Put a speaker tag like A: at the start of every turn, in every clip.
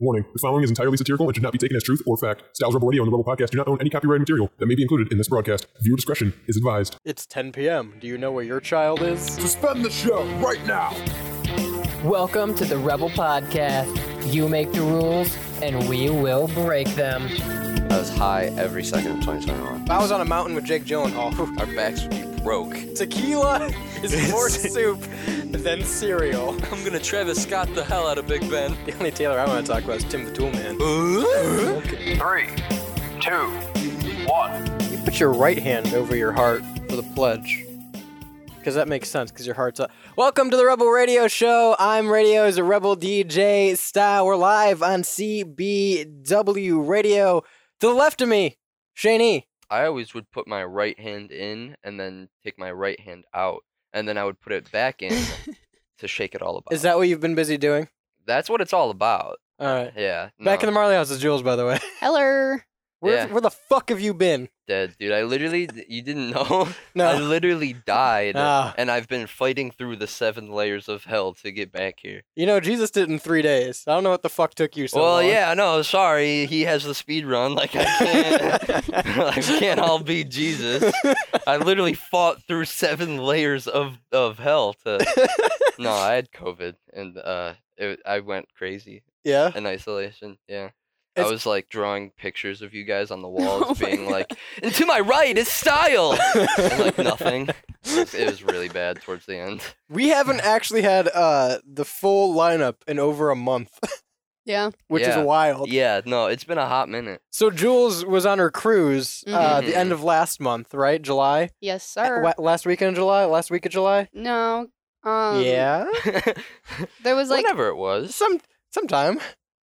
A: Warning, the following is entirely satirical and should not be taken as truth or fact. Styles Rebel Radio and the Rebel Podcast do not own any copyrighted material that may be included in this broadcast. Viewer discretion is advised.
B: It's 10 p.m. Do you know where your child is?
C: Suspend the show right now.
D: Welcome to the Rebel Podcast. You make the rules, and we will break them.
E: I was high every second of 2021.
B: I was on a mountain with Jake Gyllenhaal.
E: Our backs would be broke.
B: Tequila is more soup than cereal.
E: I'm gonna Travis Scott the hell out of Big Ben.
B: The only Taylor I want to talk about is Tim the Tool Man.
C: Three, two, one.
B: You put your right hand over your heart for the pledge. Because that makes sense, because your heart's up. Welcome to the Rebel Radio Show. I'm Radio's Rebel DJ Style. We're live on CBW Radio. To the left of me, Shane E.
E: I always would put my right hand in and then take my right hand out, and then I would put it back in to shake it all about.
B: Is that what you've been busy doing?
E: That's what it's all about.
B: All right.
E: Yeah.
B: Back in the
E: no,
B: Marley House is Jules, by the way.
F: Heller.
B: Where,
E: Yeah.
B: where the fuck have you been?
E: dead, dude. I literally, you didn't know. I
B: No.
E: literally died,
B: Ah.
E: and I've been fighting through the seven layers of hell to get back here.
B: You know, Jesus did it in three days. I don't know what the fuck took you so
E: well,
B: long.
E: yeah, no, sorry. He has the speed run. Like I can't, I can't all be Jesus. I literally fought through seven layers of of hell to. no, I had COVID and uh, it, I went crazy
B: Yeah.
E: in isolation. Yeah. I
B: It's-
E: was like drawing pictures of you guys on the walls,
F: Oh my
E: being like, "And to my right is style," and, like nothing. It was, it was really bad towards the end.
B: We haven't actually had uh, the full lineup in over a month,
F: Yeah.
B: which
E: Yeah.
B: is wild.
E: Yeah, no, it's been a hot minute.
B: So Jules was on her cruise uh,
E: Mhm.
B: the end of last month, right? July?
F: Yes,
B: Uh,
F: sir.
B: wa- last weekend of July? Last week of July?
F: No. Um,
B: yeah.
F: There was like,
E: Whatever it was.
B: Some sometime.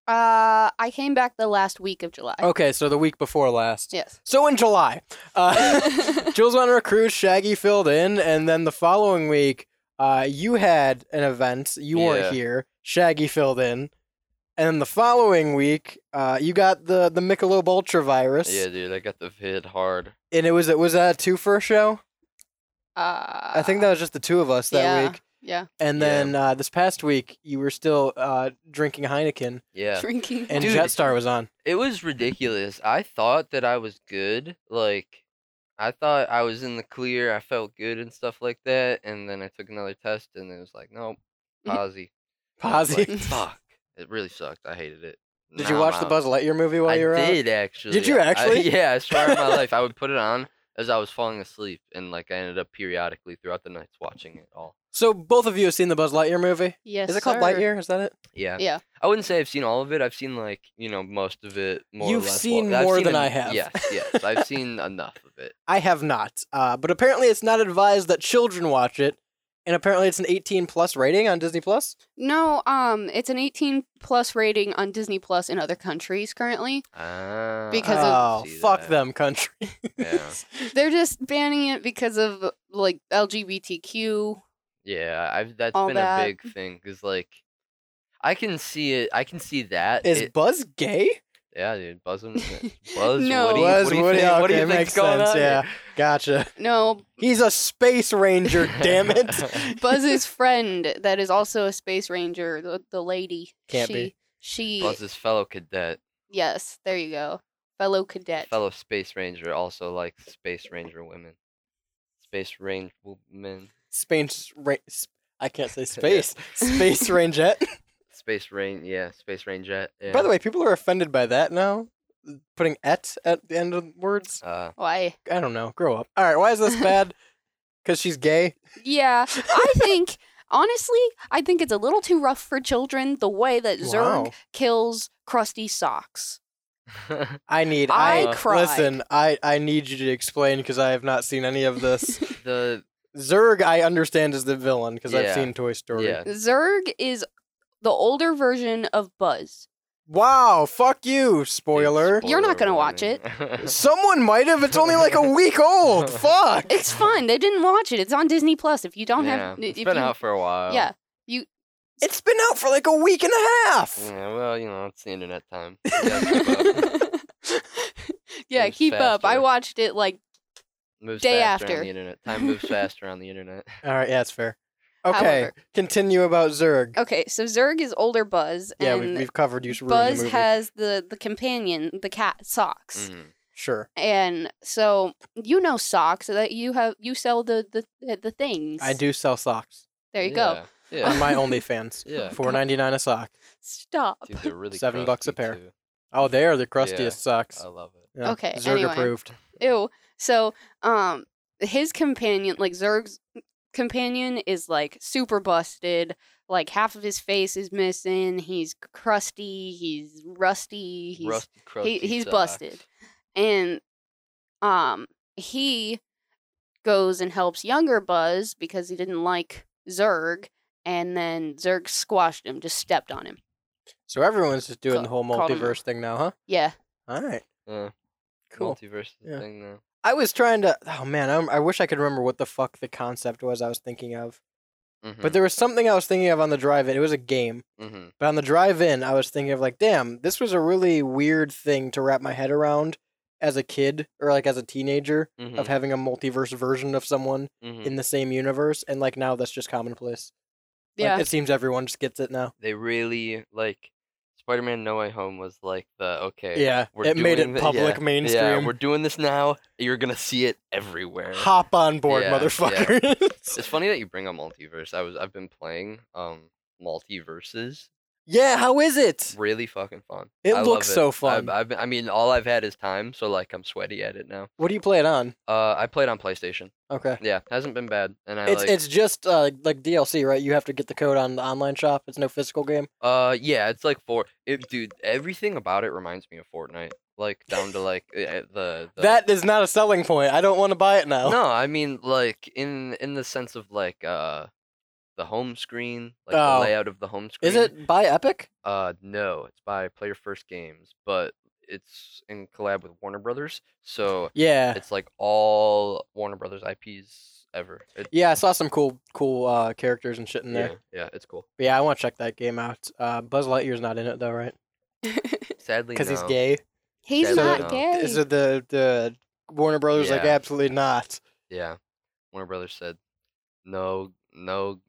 F: uh, I came back the last week of July.
B: Okay, so the week before last.
F: Yes.
B: So in July, uh, Jules went on a cruise. Shaggy filled in, and then the following week, uh, you had an event. You
E: Yeah.
B: weren't here. Shaggy filled in, and then the following week, uh, you got the the Michelob Ultra virus,
E: Yeah, dude, I got the vid hard.
B: and it was it was that a two for a show.
F: Uh,
B: I think that was just the two of us that
F: yeah,
B: week.
F: Yeah.
B: And
E: Yeah.
B: then uh, this past week, you were still uh, drinking Heineken,
E: Yeah.
F: Drinking.
B: and
E: Dude.
B: Jetstar was on.
E: It was ridiculous. I thought that I was good. Like, I thought I was in the clear. I felt good and stuff like that. And then I took another test and it was like, nope,
F: Mhm.
E: posy. And I was
B: Posy.
E: like, Fuck. It really sucked. I hated it.
B: Did
E: Nah,
B: you
E: I'm
B: watch the
E: out.
B: Buzz Lightyear movie while
E: I
B: you were out?
E: did actually.
B: you
E: I-
B: actually?
E: yeah, I swear on my life. I would put it on as I was falling asleep. And, like, I ended up periodically throughout the nights watching it all.
B: So both of you have seen the Buzz Lightyear movie.
F: Yes.
B: Is it called
F: sir.
B: Lightyear? Is that it?
E: Yeah.
F: Yeah.
E: I wouldn't say I've seen all of it. I've seen like you know most of it. More
B: You've
E: or less.
B: seen
E: I've
B: more
E: seen
B: than
E: en-
B: I have.
E: Yes, yes, I've seen enough of it.
B: I have not. Uh, but apparently, it's not advised that children watch it, and apparently, it's an 18 plus rating on Disney Plus.
F: No. Um, it's an 18 plus rating on Disney Plus in other countries currently.
E: Ah,
F: Because
B: Oh,
E: I see
B: fuck
E: that.
B: them, country.
E: Yeah,
F: They're just banning it because of like LGBTQ.
E: yeah. I've that's
F: All
E: been
F: that.
E: a big thing because like I can see it. I can see that.
B: Is
E: it-
B: Buzz gay?
E: yeah, dude. Buzz, and- Buzz.
F: No.
E: Woody,
B: Buzz
E: what do you
B: Woody,
E: think? what do
B: okay,
E: you think's
B: makes
E: going
B: sense,
E: on? here?
B: Gotcha.
F: No,
B: He's a space ranger. damn it.
F: Buzz's friend that is also a space ranger, the, the lady.
B: Can't
F: she,
B: be.
F: She.
E: Buzz's fellow cadet,
F: Yes, there you go. Fellow cadet.
E: fellow space ranger, also likes space ranger women. Space ranger women.
B: Space ra- sp- I can't say space. Space rangette.
E: Space rain, yeah, space rangette. Yeah.
B: By the way, people are offended by that now. Putting et at the end of words.
E: uh,
F: Why?
B: I don't know. Grow up. All right. Why is this bad? Because she's gay.
F: Yeah, I think honestly, I think it's a little too rough for children the way that Zerg
B: Wow.
F: kills crusty socks.
B: I need. I,
F: I cried.
B: listen. I I need you to explain because I have not seen any of this.
E: the
B: Zurg, I understand is the villain because I've
E: Yeah.
B: seen Toy Story.
E: yeah,
F: Zerg is the older version of Buzz.
B: Wow. Fuck you. Spoiler.
E: big
F: You're not
E: spoiler
F: gonna watch
E: warning.
B: Someone might have. It's only like a week old. Fuck.
F: It's fun. They didn't watch it. It's on Disney Plus. If you don't
E: yeah,
F: have,
E: it's
F: if
E: been
F: you,
E: out for a while.
F: yeah,
B: It's been out for like a week and a half.
E: Yeah, well, you know, it's the internet time. You gotta keep up.
F: yeah.
E: Moves
F: Keep up. I
E: faster.
F: watched it like
E: Moves
F: Day
E: faster on
F: after.
E: the internet. Time moves faster on the internet.
B: All right. Yeah, it's fair. Okay,
F: However-
B: continue about Zurg.
F: Okay, so Zerg is older Buzz,
B: yeah,
F: and
B: we've, we've covered you. ruining the
F: Buzz
B: movie.
F: has the the companion, the cat Socks,
E: Mhm.
B: sure.
F: and so you know Socks that you have you sell the the the things.
B: I do sell socks
F: There you go.
E: Yeah.
B: on
E: Yeah.
B: my OnlyFans.
E: Yeah.
B: Four ninety nine a sock.
F: Stop.
E: Dude, they're really
B: Seven bucks a
E: crusty,
B: pair.
E: too.
B: Oh, they are the crustiest
E: Yeah.
B: socks.
E: I love it.
B: Yeah,
F: Okay,
B: Zurg
F: anyway.
B: approved.
F: Ew. So, um, his companion, like Zerg's companion, is like super busted. Like half of his face is missing. He's crusty. He's rusty. He's
E: Rusty,
F: he,
E: crusty
F: he's
E: socks.
F: busted, and um, he goes and helps younger Buzz because he didn't like Zerg, and then Zerg squashed him, just stepped on him.
B: So everyone's just doing
F: Ca-
B: the whole
F: called 'em-
B: multiverse thing now, huh?
F: Yeah,
B: All right.
E: Yeah.
B: Cool.
E: Multiverse is a
B: Yeah.
E: thing now.
B: I was trying to. Oh man, I'm, I wish I could remember what the fuck the concept was I was thinking of.
E: Hmm.
B: But there was something I was thinking of on the drive in. It was a game.
E: mm-hmm.
B: But on the drive in, I was thinking of like, damn, this was a really weird thing to wrap my head around as a kid or like as a teenager
E: hmm
B: of having a multiverse version of someone
E: hmm
B: in the same universe. And like now that's just commonplace. Like,
F: yeah.
B: it seems everyone just gets it now.
E: They really like Spider-Man: No Way Home was like the okay.
B: Yeah.
E: we're
B: it made
E: doing
B: it
E: the- yeah,
B: public
E: Yeah,
B: mainstream.
E: we're doing this now. You're gonna see it everywhere.
B: Hop on board,
E: Yeah, yeah.
B: motherfucker.
E: It's funny that you bring up multiverse. I was I've been playing um multiverses.
B: yeah, how is it?
E: Really fucking fun.
B: It
E: I love
B: looks so fun.
E: I've, I've been- I mean, all I've had is time, so like I'm sweaty at it now.
B: What do you play it on?
E: Uh, I played on PlayStation.
B: Okay.
E: Yeah, hasn't been bad, and I
B: It's
E: like.
B: it's just uh, like DLC, right? You have to get the code on the online shop. It's no physical game.
E: Uh, yeah, it's like for it, dude. Everything about it reminds me of Fortnite, like down to like eh, the, the
B: That is not a selling point. I don't want to buy it now.
E: No, I mean like in in the sense of like uh the home screen, like
B: Oh.
E: the layout of the home screen.
B: Is it by Epic?
E: Uh, no, it's by Player First Games, but it's in collab with Warner Brothers, so
B: Yeah.
E: it's like all Warner Brothers IPs ever. It,
B: Yeah, I saw some cool, cool uh, characters and shit in there.
E: yeah, yeah, it's cool.
B: But yeah, I want to check that game out. Uh, Buzz Lightyear's not in it though, right?
E: Sadly,
B: Because he's
E: no.
B: gay.
F: he's
E: Sadly,
F: not
E: no.
F: gay.
B: Is it the the Warner Brothers like
E: Yeah.
B: absolutely not?
E: Yeah, Warner Brothers said, "No, no,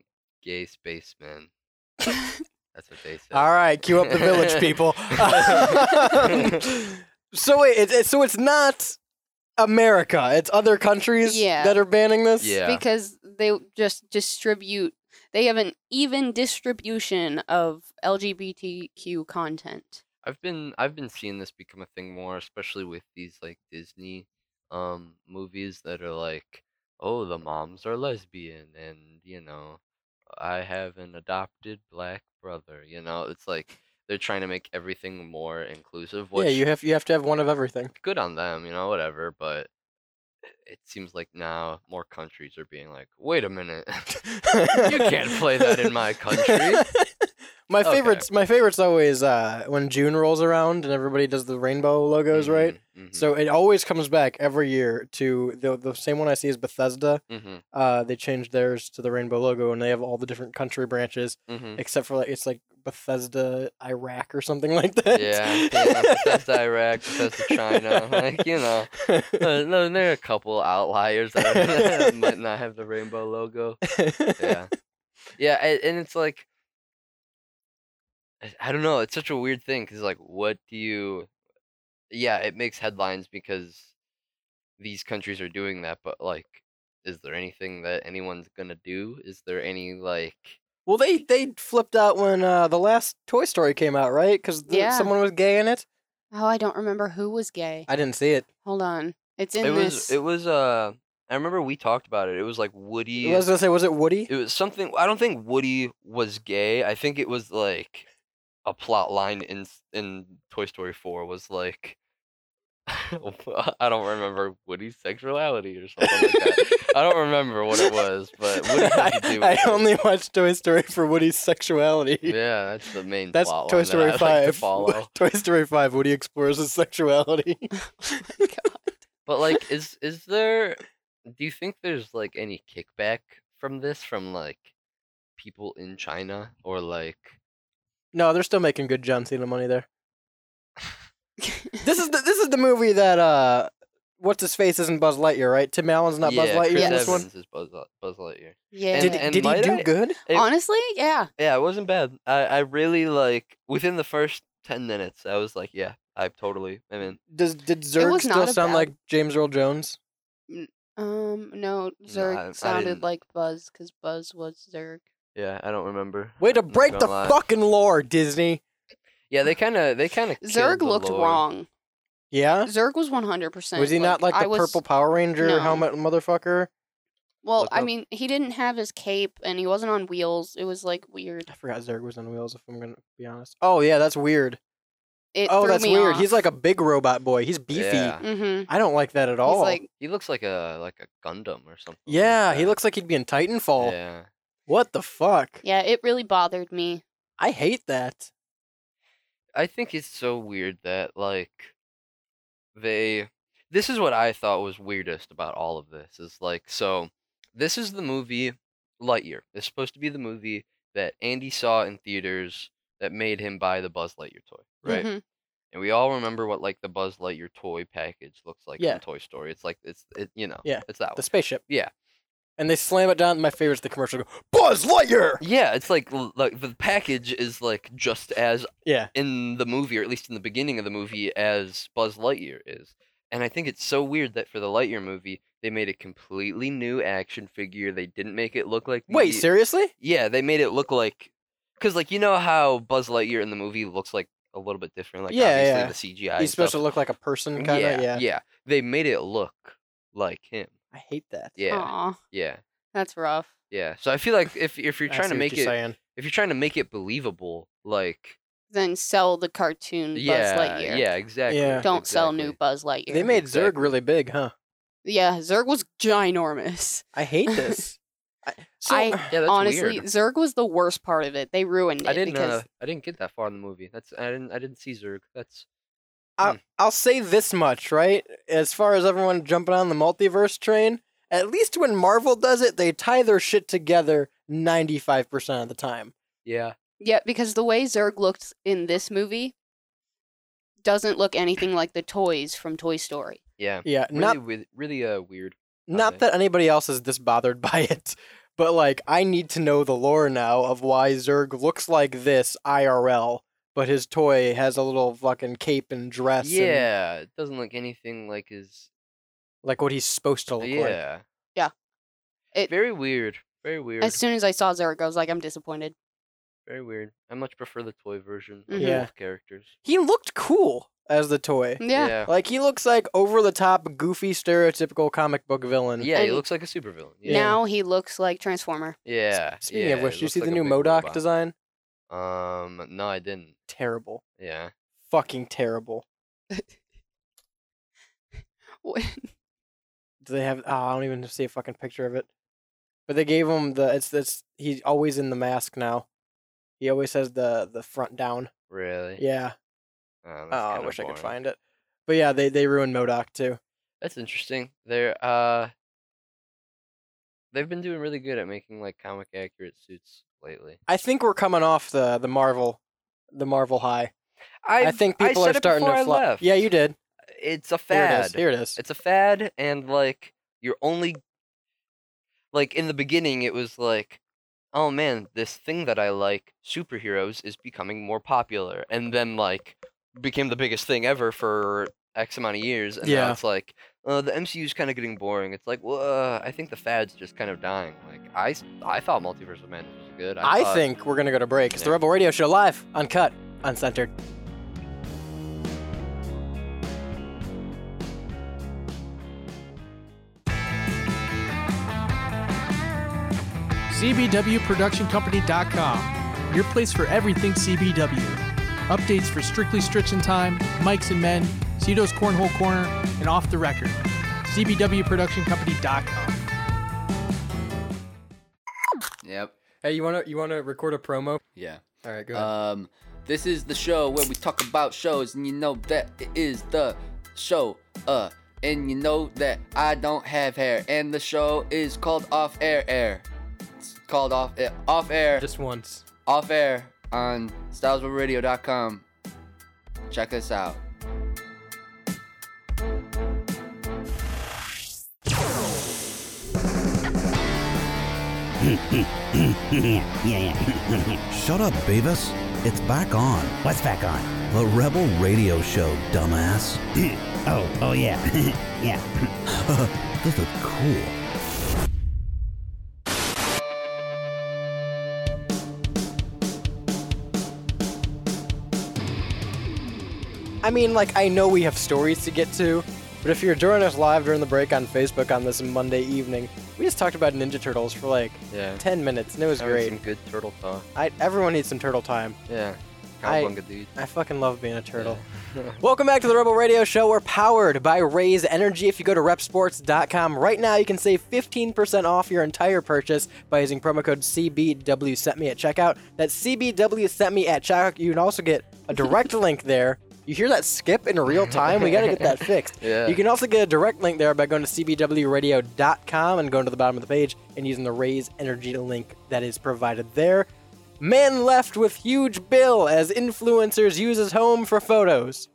E: gay spacemen." That's what they said.
B: All right, cue up the village people. so wait, it's it's so it's not America. It's other countries
F: Yeah.
B: that are banning this.
E: Yeah.
F: because they just distribute they have an even distribution of lgbtq content
E: I've been I've been seeing this become a thing more, especially with these like Disney um movies that are like, oh, the moms are lesbian, and you know, I have an adopted black brother. You know, it's like they're trying to make everything more inclusive. Which
B: yeah. You have you have to have one of everything.
E: good on them, you know, whatever. But it- it seems like now more countries are being like, wait a minute, you can't play that in my country.
B: My
E: Okay.
B: favorites, my favorites always uh, when June rolls around and everybody does the rainbow logos, right?
E: Mhm, mhm,
B: So it always comes back every year to the the same one I see is Bethesda.
E: mhm,
B: Uh, they changed theirs to the rainbow logo, and they have all the different country branches
E: mhm.
B: except for like it's like Bethesda Iraq or something like that.
E: yeah, yeah, Bethesda Iraq, Bethesda China, like you know, uh, no, there are a couple outliers that might not have the rainbow logo. Yeah, yeah, a- and it's like, I- I don't know, it's such a weird thing because like, what do you? Yeah, it makes headlines because these countries are doing that, but like, is there anything that anyone's gonna do? Is there any like?
B: Well, they they flipped out when uh, the last Toy Story came out, right? Because
F: Yeah.
B: someone was gay in it.
F: oh i don't remember who was gay
B: I didn't see it.
F: hold on it's in
E: it was
F: this
E: it was uh I remember we talked about it. It was like Woody.
B: I was gonna say, was it Woody?
E: it was something I don't think Woody was gay. I think it was like a plot line in s- in Toy Story 4 was like I don't remember Woody's sexuality or something like that. I don't remember what it was, but Woody had to do
B: I,
E: with it.
B: I only watched Toy Story for Woody's sexuality.
E: Yeah, that's the main
B: That's
E: plot
B: Toy
E: line
B: Story
E: that I like to
B: Five.
E: follow.
B: Toy Story Five. Woody explores his sexuality.
F: Oh
E: But like, is is there? Do you think there's like any kickback from this from like people in China or like?
B: no, they're still making good John Cena money there. this is the this is the movie that uh what's his face isn't Buzz Lightyear, right? Tim Allen's not Buzz
E: yeah,
B: Lightyear
E: Chris
B: in this
E: Evans
B: one.
E: is Buzz, Li- Buzz Lightyear.
F: Yeah.
E: And-
B: Did, did he
E: might
B: do
E: I-
B: good?
E: it-
F: Honestly, yeah.
E: Yeah, it wasn't bad. I, I really like within the first ten minutes, I was like, yeah, I totally am in.
B: Does did Zurg
F: was
B: still
F: not a
B: sound
F: bad-
B: like James Earl Jones?
F: Um, no, Zerg
E: I- I
F: sounded
E: didn't-
F: like Buzz because Buzz was Zerg.
E: Yeah, I don't remember.
B: Way to
E: I'm not
B: break
E: gonna
B: the
E: lie.
B: fucking lore, Disney.
E: Yeah, they kind of they kind of
F: Zerg looked wrong.
B: Yeah.
F: Zerg was one hundred percent.
B: Was he not like the
F: I was,
B: purple Power Ranger
F: No.
B: helmet motherfucker?
F: Well,
E: Look
F: I
E: up.
F: mean, he didn't have his cape and he wasn't on wheels. It was like weird.
B: I forgot Zurg was on wheels. If I'm gonna be honest. Oh yeah, that's weird.
F: It
B: oh,
F: threw
B: that's
F: me
B: weird.
F: Off.
B: He's like a big robot boy. He's beefy.
E: Yeah.
F: Mm-hmm.
B: I don't like that at all.
F: He's like,
E: He looks like a like a Gundam or something. like
B: yeah, he
E: that.
B: looks like he'd be in Titanfall.
E: Yeah,
B: What the fuck?
F: yeah, it really bothered me.
B: I hate that.
E: I think it's so weird that like they. This is what I thought was weirdest about all of this is like so. This is the movie Lightyear. It's supposed to be the movie that Andy saw in theaters that made him buy the Buzz Lightyear toy, right?
F: Mhm.
E: And we all remember what like the Buzz Lightyear toy package looks like
B: Yeah.
E: in Toy Story. It's like it's it, you know
B: Yeah,
E: it's that
B: The
E: one.
B: spaceship.
E: Yeah.
B: And they slam it down. My favorite's the commercial. Go, Buzz Lightyear.
E: Yeah, it's like l- like the package is like just as
B: Yeah.
E: in the movie, or at least in the beginning of the movie, as Buzz Lightyear is. And I think it's so weird that for the Lightyear movie, they made a completely new action figure. They didn't make it look like
B: Wait,
E: the-
B: seriously?
E: yeah, they made it look like because like you know how Buzz Lightyear in the movie looks like a little bit different. Like
B: Yeah, yeah.
E: obviously the CGI.
B: He's
E: and
B: supposed to
E: stuff.
B: look like a person, kind of. Yeah,
E: yeah. They made it look like him.
B: I hate that.
E: Yeah,
F: Aw,
E: yeah,
F: that's rough.
E: yeah. So I feel like if if you're
B: I
E: trying
B: see
E: to
B: what
E: make
B: you're
E: it
B: saying.
E: if you're trying to make it believable, like
F: Then sell the cartoon
E: yeah,
F: Buzz Lightyear.
E: Yeah, exactly.
B: Mm, Yeah.
F: Don't sell new
E: exactly.
F: Buzz Lightyear.
B: They made Zurg
E: Exactly.
B: really big, huh?
F: yeah, Zerg was ginormous.
B: I hate this. I, so,
F: I-
E: Yeah, that's
F: Honestly,
E: weird.
F: Zerg was the worst part of it. They ruined it
E: I didn't.
F: because
E: Uh, I didn't get that far in the movie. That's. I didn't. I didn't see Zurg. That's. Mm.
B: I'll, I'll say this much, right? As far as everyone jumping on the multiverse train, at least when Marvel does it, they tie their shit together 95% of the time.
E: Yeah.
F: yeah, because the way Zerg looked in this movie doesn't look anything like the toys from Toy Story.
E: Yeah.
B: Yeah,
E: Really.
B: not
E: with, really. Uh. Weird.
B: not
E: it.
B: that anybody else is this bothered by it, but like I need to know the lore now of why Zurg looks like this IRL, but his toy has a little fucking cape and dress and
E: yeah. It doesn't look anything like his.
B: like what he's supposed to look like.
E: Yeah.
F: Yeah. It-
E: Very weird. Very weird.
F: As soon as I saw Zerg, I was like, I'm disappointed.
E: Very weird. I much prefer the toy version.
F: Mhm.
E: Of
B: Yeah.
E: both characters.
B: He looked cool as the
E: Hmm.
B: toy.
F: Yeah.
B: Like he looks like over the top goofy stereotypical comic book villain.
E: Yeah. he
F: And
E: looks like a supervillain. Yeah.
F: Now he looks like Transformer.
E: yeah.
B: Speaking
E: yeah,
B: of
E: it
B: which, do you
E: looks
B: see
E: like
B: the
E: a
B: new
E: big
B: Modoc
E: robot.
B: design?
E: Um. No, I didn't.
B: Terrible.
E: Yeah.
B: Fucking terrible. Do they have? Oh, I don't even see a fucking picture of it. But they gave him the. It's this. He's always in the mask now. He always has the the front down.
E: Really.
B: Yeah.
E: Oh, that's
B: Oh, I
E: kinda
B: wish I could
E: boring.
B: find it. But yeah, they they ruined Modoc too.
E: That's interesting. They're uh they've been doing really good at making like comic accurate suits lately.
B: I think we're coming off the the Marvel, the Marvel high. I think people
E: said
B: are starting
E: it
B: to
E: before
B: fly.
E: I left.
B: Yeah, you did.
E: It's a
B: Here
E: fad.
B: it is. Here it is.
E: It's a fad and like you're only like in the beginning it was like oh man, this thing that I like, superheroes is becoming more popular and then like became the biggest thing ever for X amount of years and
B: Yeah.
E: now it's like uh, the MCU's kind of getting boring. It's like, well, uh, I think the fad's just kind of dying. Like, I, s- I thought Multiverse of Madness was good.
B: I
E: thought-
B: think we're gonna go to break. It's the
E: Yeah.
B: Rebel Radio Show live, uncut, uncentered.
G: CBWProductionCompany.com, your place for everything CBW. Updates for Strictly Stritch in Time, Mikes and Men, Cito's Cornhole Corner, and Off the Record. CBWProductionCompany.com.
H: Yep.
B: Hey, you wanna you wanna record a promo?
H: Yeah.
B: All right, go
H: Um, this is the show where we talk about shows, and you know that it is the show. Uh, and you know that I don't have hair, and the show is called Off Air Air. It's called Off Air, Off Air,
B: Just once.
H: Off Air on StylesWorldRadio.com. Check us out.
I: Shut up, Beavis. It's back on. What's back on? The Rebel Radio Show, dumbass. oh, oh yeah. yeah. this is cool.
B: I mean, like, I know we have stories to get to, but if you're joining us live during the break on Facebook on this Monday evening, we just talked about Ninja Turtles for like
E: Yeah.
B: 10 minutes, and it was
E: That was
B: great.
E: some good turtle talk.
B: I, everyone needs some turtle time.
E: Yeah.
B: I-
E: Cowabunga, dude.
B: I fucking love being a turtle. Welcome back to the Rebel Radio Show. We're powered by Raise Energy. If you go to repsports.com right now, you can save 15% off your entire purchase by using promo code CBW sent me at checkout. That's CBW sent me at checkout. You can also get a direct link there. You hear that skip in real time? We got to get that fixed.
E: Yeah.
B: You can also get a direct link there by going to cbwradio.com and going to the bottom of the page and using the Raise Energy link that is provided there. Man left with huge bill as influencers uses home for photos.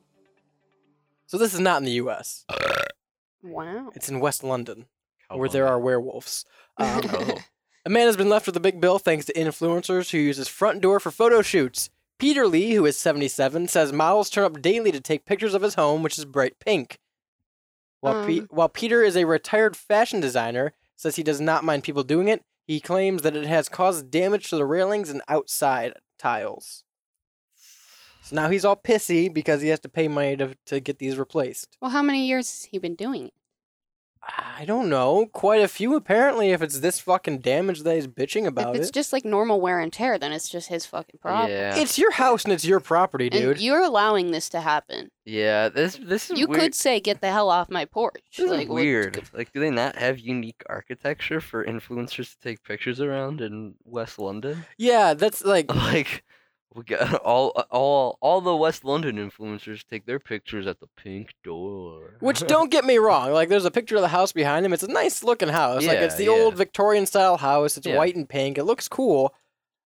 B: So this is not in the U.S.
F: Wow.
B: It's in West London, where there are werewolves. Um,
E: Oh.
B: a man has been left with a big bill thanks to influencers who use his front door for photo shoots. Peter Lee, who is 77, says models turn up daily to take pictures of his home, which is bright pink. While, Pe-
F: Um.
B: while Peter is a retired fashion designer, says he does not mind people doing it. He claims that it has caused damage to the railings and outside tiles. So now he's all pissy because he has to pay money to, to get these replaced.
F: Well, how many years has he been doing it?
B: I don't know. Quite a few, apparently, if it's this fucking damage that he's bitching about
F: if it's
B: it.
F: just like normal wear and tear, then it's just his fucking problem.
E: Yeah.
B: It's your house and it's your property,
F: And
B: dude.
F: you're allowing this to happen.
E: yeah. This this is
F: You
E: weird.
F: could say, "Get the hell off my porch."
E: This
F: like
E: is
F: what-
E: weird. Like, do they not have unique architecture for influencers to take pictures around in West London?
B: yeah, that's like
E: Like, we got all all all the West London influencers take their pictures at the pink door.
B: which don't get me wrong, like there's a picture of the house behind him. It's a nice looking house. like
E: Yeah,
B: it's the
E: yeah.
B: old Victorian style house. It's
E: Yeah.
B: white and pink. It looks cool.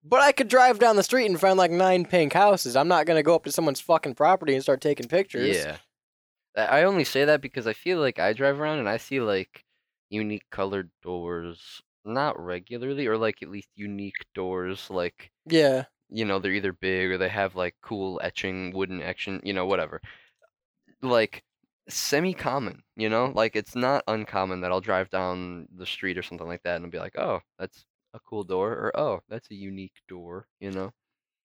B: But I could drive down the street and find like nine pink houses. I'm not gonna go up to someone's fucking property and start taking pictures.
E: Yeah. I I only say that because I feel like I drive around and I see like unique colored doors, not regularly, or like at least unique doors. Like,
B: Yeah.
E: you know, they're either big or they have like cool etching, wooden etching, you know, whatever. Like, semi common, you know? Like, it's not uncommon that I'll drive down the street or something like that and I'll be like, oh, that's a cool door, or oh, that's a unique door, you know?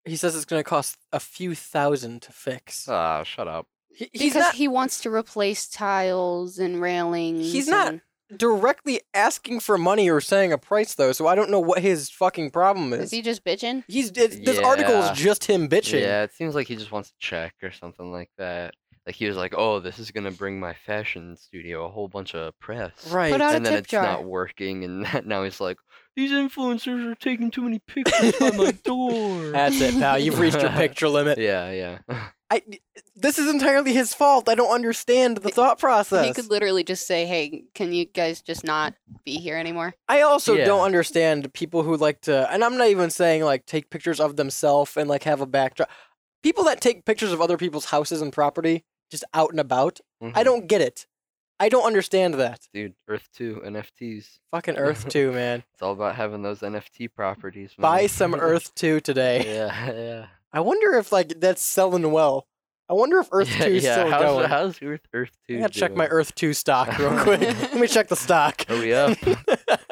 B: He says it's gonna cost a few thousand to fix.
E: Ah, shut up.
B: He- he's
F: Because
B: not
F: he wants to replace tiles and railings.
B: He's not-
F: and-
B: directly asking for money or saying a price though, so I don't know what his fucking problem
F: Is
B: is.
F: he just bitching?
B: He's it, this article is
E: Yeah.
B: just him bitching.
E: Yeah, it seems like he just wants a check or something like that. Like, he was like, oh, this is gonna bring my fashion studio a whole bunch of press.
B: Right.
F: Put out
E: and
F: a
E: then
F: tip
E: it's
F: jar.
E: not working, and now he's like, these influencers are taking too many pictures by my door.
B: That's it, pal. You've reached your picture limit.
E: Yeah, yeah.
B: I, this is entirely his fault. I don't understand the thought process.
F: He could literally just say, "Hey, can you guys just not be here anymore?"
B: I also
E: Yeah.
B: don't understand people who like to, and I'm not even saying like take pictures of themselves and like have a backdrop. People that take pictures of other people's houses and property just out and about. I
E: Mhm.
B: don't get it. I don't understand that.
E: dude. Earth Two NFTs.
B: Fucking Earth 2, man.
E: It's all about having those NFT properties. Man.
B: Buy some Earth 2 today.
E: yeah, yeah.
B: I wonder if like that's selling well. I wonder if Earth
E: yeah,
B: 2 is
E: yeah.
B: still
E: how's,
B: going.
E: How's Earth Earth Two?
B: I gotta check my
E: doing?
B: Earth 2 stock real quick. Let me check the stock.
E: Hurry up.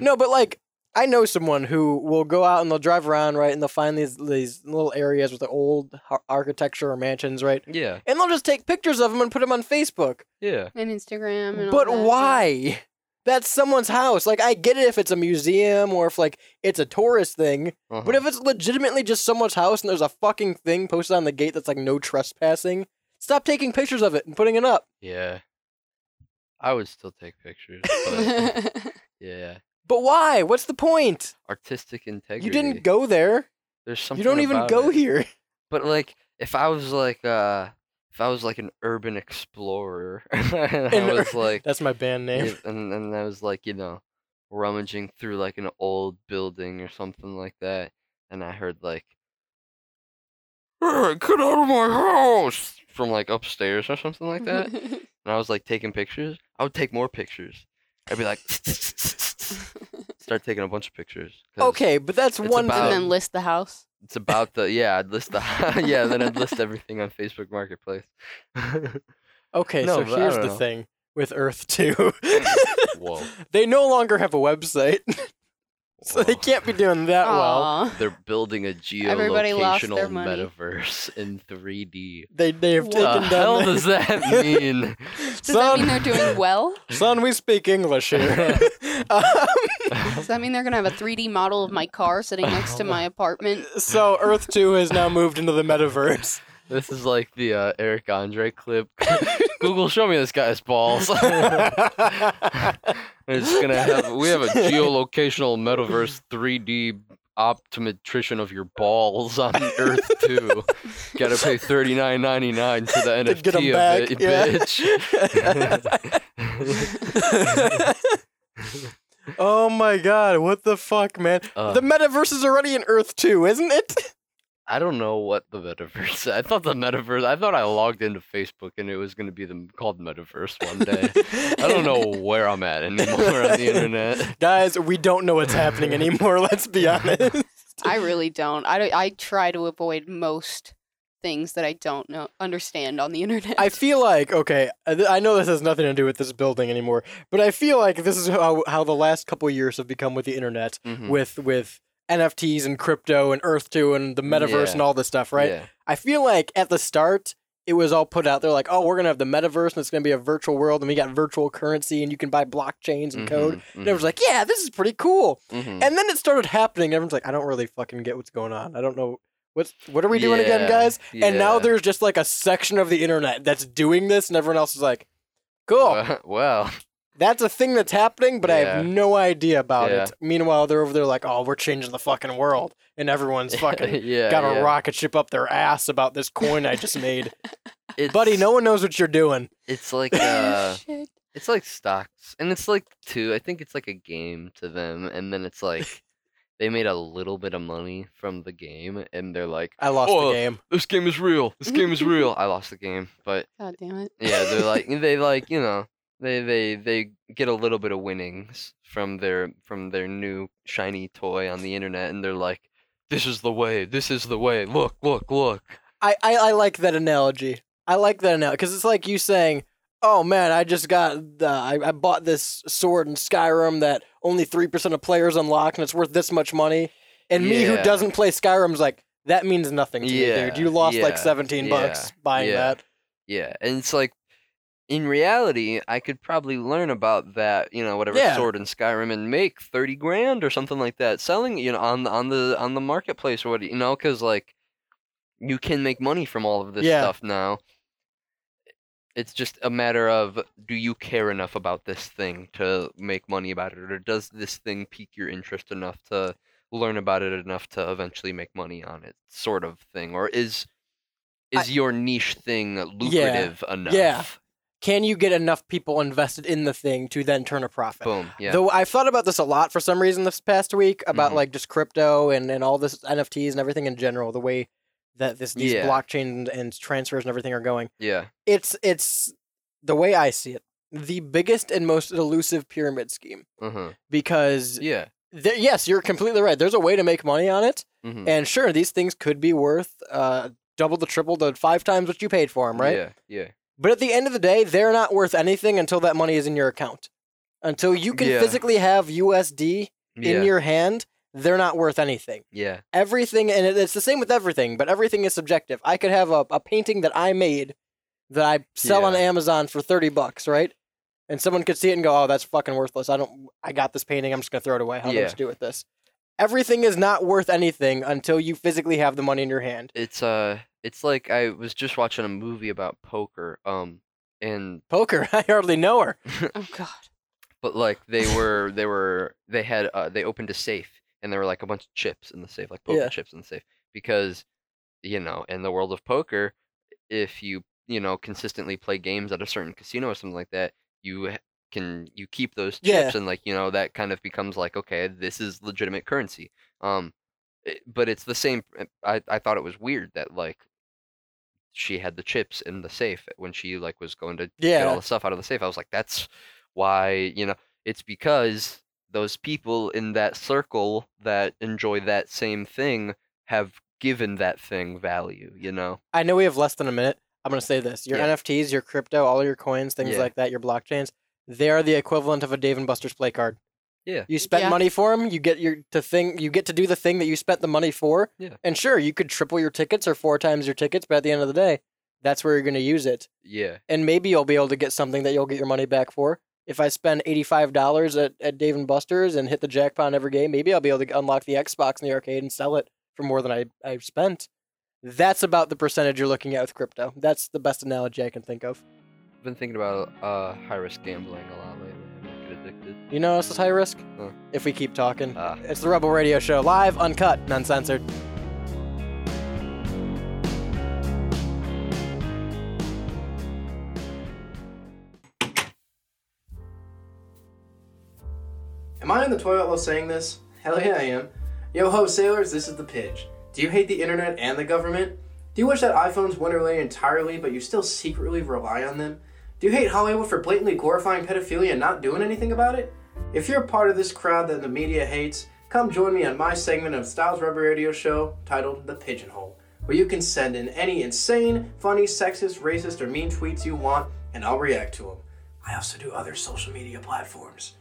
B: no, but like I know someone who will go out and they'll drive around, right, and they'll find these these little areas with the old har- architecture or mansions, right,
E: yeah,
B: and they'll just take pictures of them and put them on Facebook.
E: yeah.
F: And Instagram. And all
B: But
F: that, yeah.
B: why? That's someone's house. Like I get it if it's a museum or if like it's a tourist thing,
E: Uh-huh.
B: but if it's legitimately just someone's house and there's a fucking thing posted on the gate that's like no trespassing, stop taking pictures of it and putting it up.
E: yeah, I would still take pictures. But yeah,
B: But why? What's the point?
E: artistic integrity.
B: You didn't go there.
E: There's something.
B: You don't even
E: about
B: go
E: it.
B: here.
E: But like, if I was like, uh, if I was like an urban explorer, and
B: An
E: I
B: ur-
E: was like,
B: That's my band name.
E: Yeah, and and I was like, you know, rummaging through like an old building or something like that, and I heard like, "Hey, get out of my house!" from like upstairs or something like that, and I was like taking pictures. I would take more pictures. I'd be like, start taking a bunch of pictures. 'cause
B: Okay, but that's
E: it's
B: one.
E: about-
F: and then list the house.
E: It's about the yeah. I'd list the yeah. Then I'd list everything on Facebook Marketplace.
B: Okay,
E: No,
B: so
E: but I
B: here's
E: don't
B: the
E: know.
B: thing with Earth 2. They no longer have a website, so they
E: Whoa.
B: can't be doing that Uh, well.
F: Aw.
E: They're building a
F: Everybody lost their
E: geolocational
F: money.
E: metaverse in 3D.
B: They they have
E: What the
B: taken down.
E: hell
B: the-
E: does that mean?
F: Does that mean
B: Son-
F: they're doing well?
B: Son, we speak English here. um,
F: Does that mean they're gonna have a 3D model of my car sitting next to my apartment?
B: so Earth 2 has now moved into the metaverse.
E: This is like the uh, Eric Andre clip. Google, show me this guy's balls. it's gonna have we have a geolocational metaverse 3D optometrician of your balls on Earth 2. Gotta pay 39.99 to
B: To
E: the NFT
B: get 'em
E: of
B: back,
E: it,
B: yeah.
E: bitch.
B: oh my god, what the fuck, man?
E: Uh.
B: the metaverse is already in Earth 2, isn't it?
E: I don't know what the metaverse. I thought the metaverse. I thought I logged into Facebook and it was gonna be the called metaverse one day. I don't know where I'm at anymore on the internet.
B: Guys, we don't know what's happening anymore, let's be honest.
F: I really don't. I don't- I try to avoid most things that I don't know understand on the internet.
B: I feel like okay. I th- I know this has nothing to do with this building anymore, but I feel like this is how, how the last couple years have become with the internet,
E: Mhm.
B: with with NFTs and crypto and Earth Two and the metaverse
E: Yeah.
B: and all this stuff, right?
E: Yeah.
B: I feel like at the start it was all put out there like, oh, we're gonna have the metaverse and it's gonna be a virtual world and we got virtual currency and you can buy blockchains and code.
E: Mhm,
B: And everyone's like, yeah, this is pretty cool.
E: mhm, mhm.
B: And then it started happening. Everyone's like, I don't really fucking get what's going on. I don't know what's what are we doing again,
E: Yeah,
B: guys? And now
E: yeah.
B: there's just like a section of the internet that's doing this, and everyone else is like, cool,
E: Wa- wow.
B: that's a thing that's happening, but I have
E: Yeah.
B: no idea about
E: Yeah.
B: it. Meanwhile, they're over there like, oh, we're changing the fucking world. And everyone's fucking
E: yeah,
B: got
E: yeah.
B: a rocket ship up their ass about this coin I just made.
E: It's,
B: Buddy, no one knows what you're doing.
E: It's like uh,
F: Shit.
E: it's like stocks, and it's like too. I think it's like a game to them, and then it's like they made a little bit of money from the game, and they're like,
B: I lost
E: Oh,
B: the game.
E: this game is real. This game is real. I lost the game, but
F: God damn it.
E: Yeah, they're like they like you know they they they get a little bit of winnings from their from their new shiny toy on the internet, and they're like, this is the way, this is the way. Look, look, look.
B: I, I, I like that analogy. I like that analogy because it's like you saying, "Oh man, I just got the I, I bought this sword in Skyrim that only three percent of players unlock, and it's worth this much money." And me, who
E: Yeah.
B: doesn't play Skyrim's like that means nothing to me,
E: Yeah,
B: dude. You lost like
E: yeah,
B: seventeen bucks
E: yeah,
B: buying
E: yeah.
B: that.
E: Yeah, and it's like in reality, I could probably learn about that, you know, whatever
B: Yeah.
E: sword in Skyrim, and make thirty grand or something like that, selling, you know, on the on the on the marketplace or what, you know, because like you can make money from all of this
B: Yeah.
E: stuff now. It's just a matter of do you care enough about this thing to make money about it, or does this thing pique your interest enough to learn about it enough to eventually make money on it, sort of thing, or is
B: I-
E: is your niche thing lucrative enough?
B: Can you get enough people invested in the thing to then turn a profit?
E: Boom. Yeah.
B: Though I've thought about this a lot for some reason this past week about
E: Mhm.
B: like just crypto and, and all this NFTs and everything in general, the way that this these
E: Yeah.
B: blockchain and, and transfers and everything are going.
E: yeah.
B: It's it's the way I see it, the biggest and most elusive pyramid scheme
E: Uh-huh.
B: because
E: Yeah.
B: there, yes, you're completely right. There's a way to make money on it,
E: mhm,
B: and sure, these things could be worth uh, double the triple the five times what you paid for them, right?
E: Yeah. Yeah.
B: But at the end of the day, they're not worth anything until that money is in your account. Until you can
E: Yeah.
B: physically have USD
E: Yeah.
B: in your hand, they're not worth anything.
E: yeah.
B: Everything, and it- it's the same with everything, but everything is subjective. I could have a, a painting that I made that I sell on
E: Yeah.
B: Amazon for 30 bucks, right? And someone could see it and go, oh, that's fucking worthless. I don't, I got this painting. I'm just going to throw it away. How
E: Yeah.
B: much do with this? Everything is not worth anything until you physically have the money in your hand.
E: It's uh it's like I was just watching a movie about poker um and
B: Poker, I hardly know her.
F: Oh god.
E: but like they were they were they had uh, they opened a safe and there were like a bunch of chips in the safe like poker
B: Yeah.
E: chips in the safe because you know in the world of poker if you you know consistently play games at a certain casino or something like that you h- can you keep those
B: Yeah.
E: chips and like you know that kind of becomes like okay this is legitimate currency um it- but it's the same eh, I I thought it was weird that like she had the chips in the safe when she like was going to get
B: Yeah.
E: all the stuff out of the safe. I was like, that's why you know it's because those people in that circle that enjoy that same thing have given that thing value, you know?
B: I know we have less than a minute. I'm gonna say this: your
E: Yeah.
B: NFTs, your crypto, all your coins, things
E: Yeah.
B: like that, your blockchains, they are the equivalent of a Dave and Buster's play card.
E: Yeah.
B: You spent
F: Yeah.
B: money for them. You get your to thing. You get to do the thing that you spent the money for.
E: Yeah.
B: And sure, you could triple your tickets or four times your tickets, but at the end of the day, that's where you're gonna use it.
E: Yeah.
B: And maybe you'll be able to get something that you'll get your money back for. If I spend eighty-five dollars at, at Dave and Buster's and hit the jackpot every game, maybe I'll be able to unlock the Xbox in the arcade and sell it for more than I I spent. That's about the percentage you're looking at with crypto. That's the best analogy I can think of.
E: I've been thinking about uh, high risk gambling a lot lately. I get addicted.
B: You know, this is high risk.
E: Huh.
B: If we keep talking,
E: Ah.
B: it's the Rebel Radio Show, live, uncut, and uncensored.
J: Am I in the toilet while saying this? Hell yeah, I am. Yo ho, sailors, this is The Pitch. Do you hate the internet and the government? Do you wish that iPhones went away entirely, but you still secretly rely on them? Do you hate Hollywood for blatantly glorifying pedophilia and not doing anything about it? If you're a part of this crowd that the media hates, come join me on my segment of Styles Rubber Radio Show titled The Pigeonhole, where you can send in any insane, funny, sexist, racist, or mean tweets you want, and I'll react to them. I also do other social media platforms.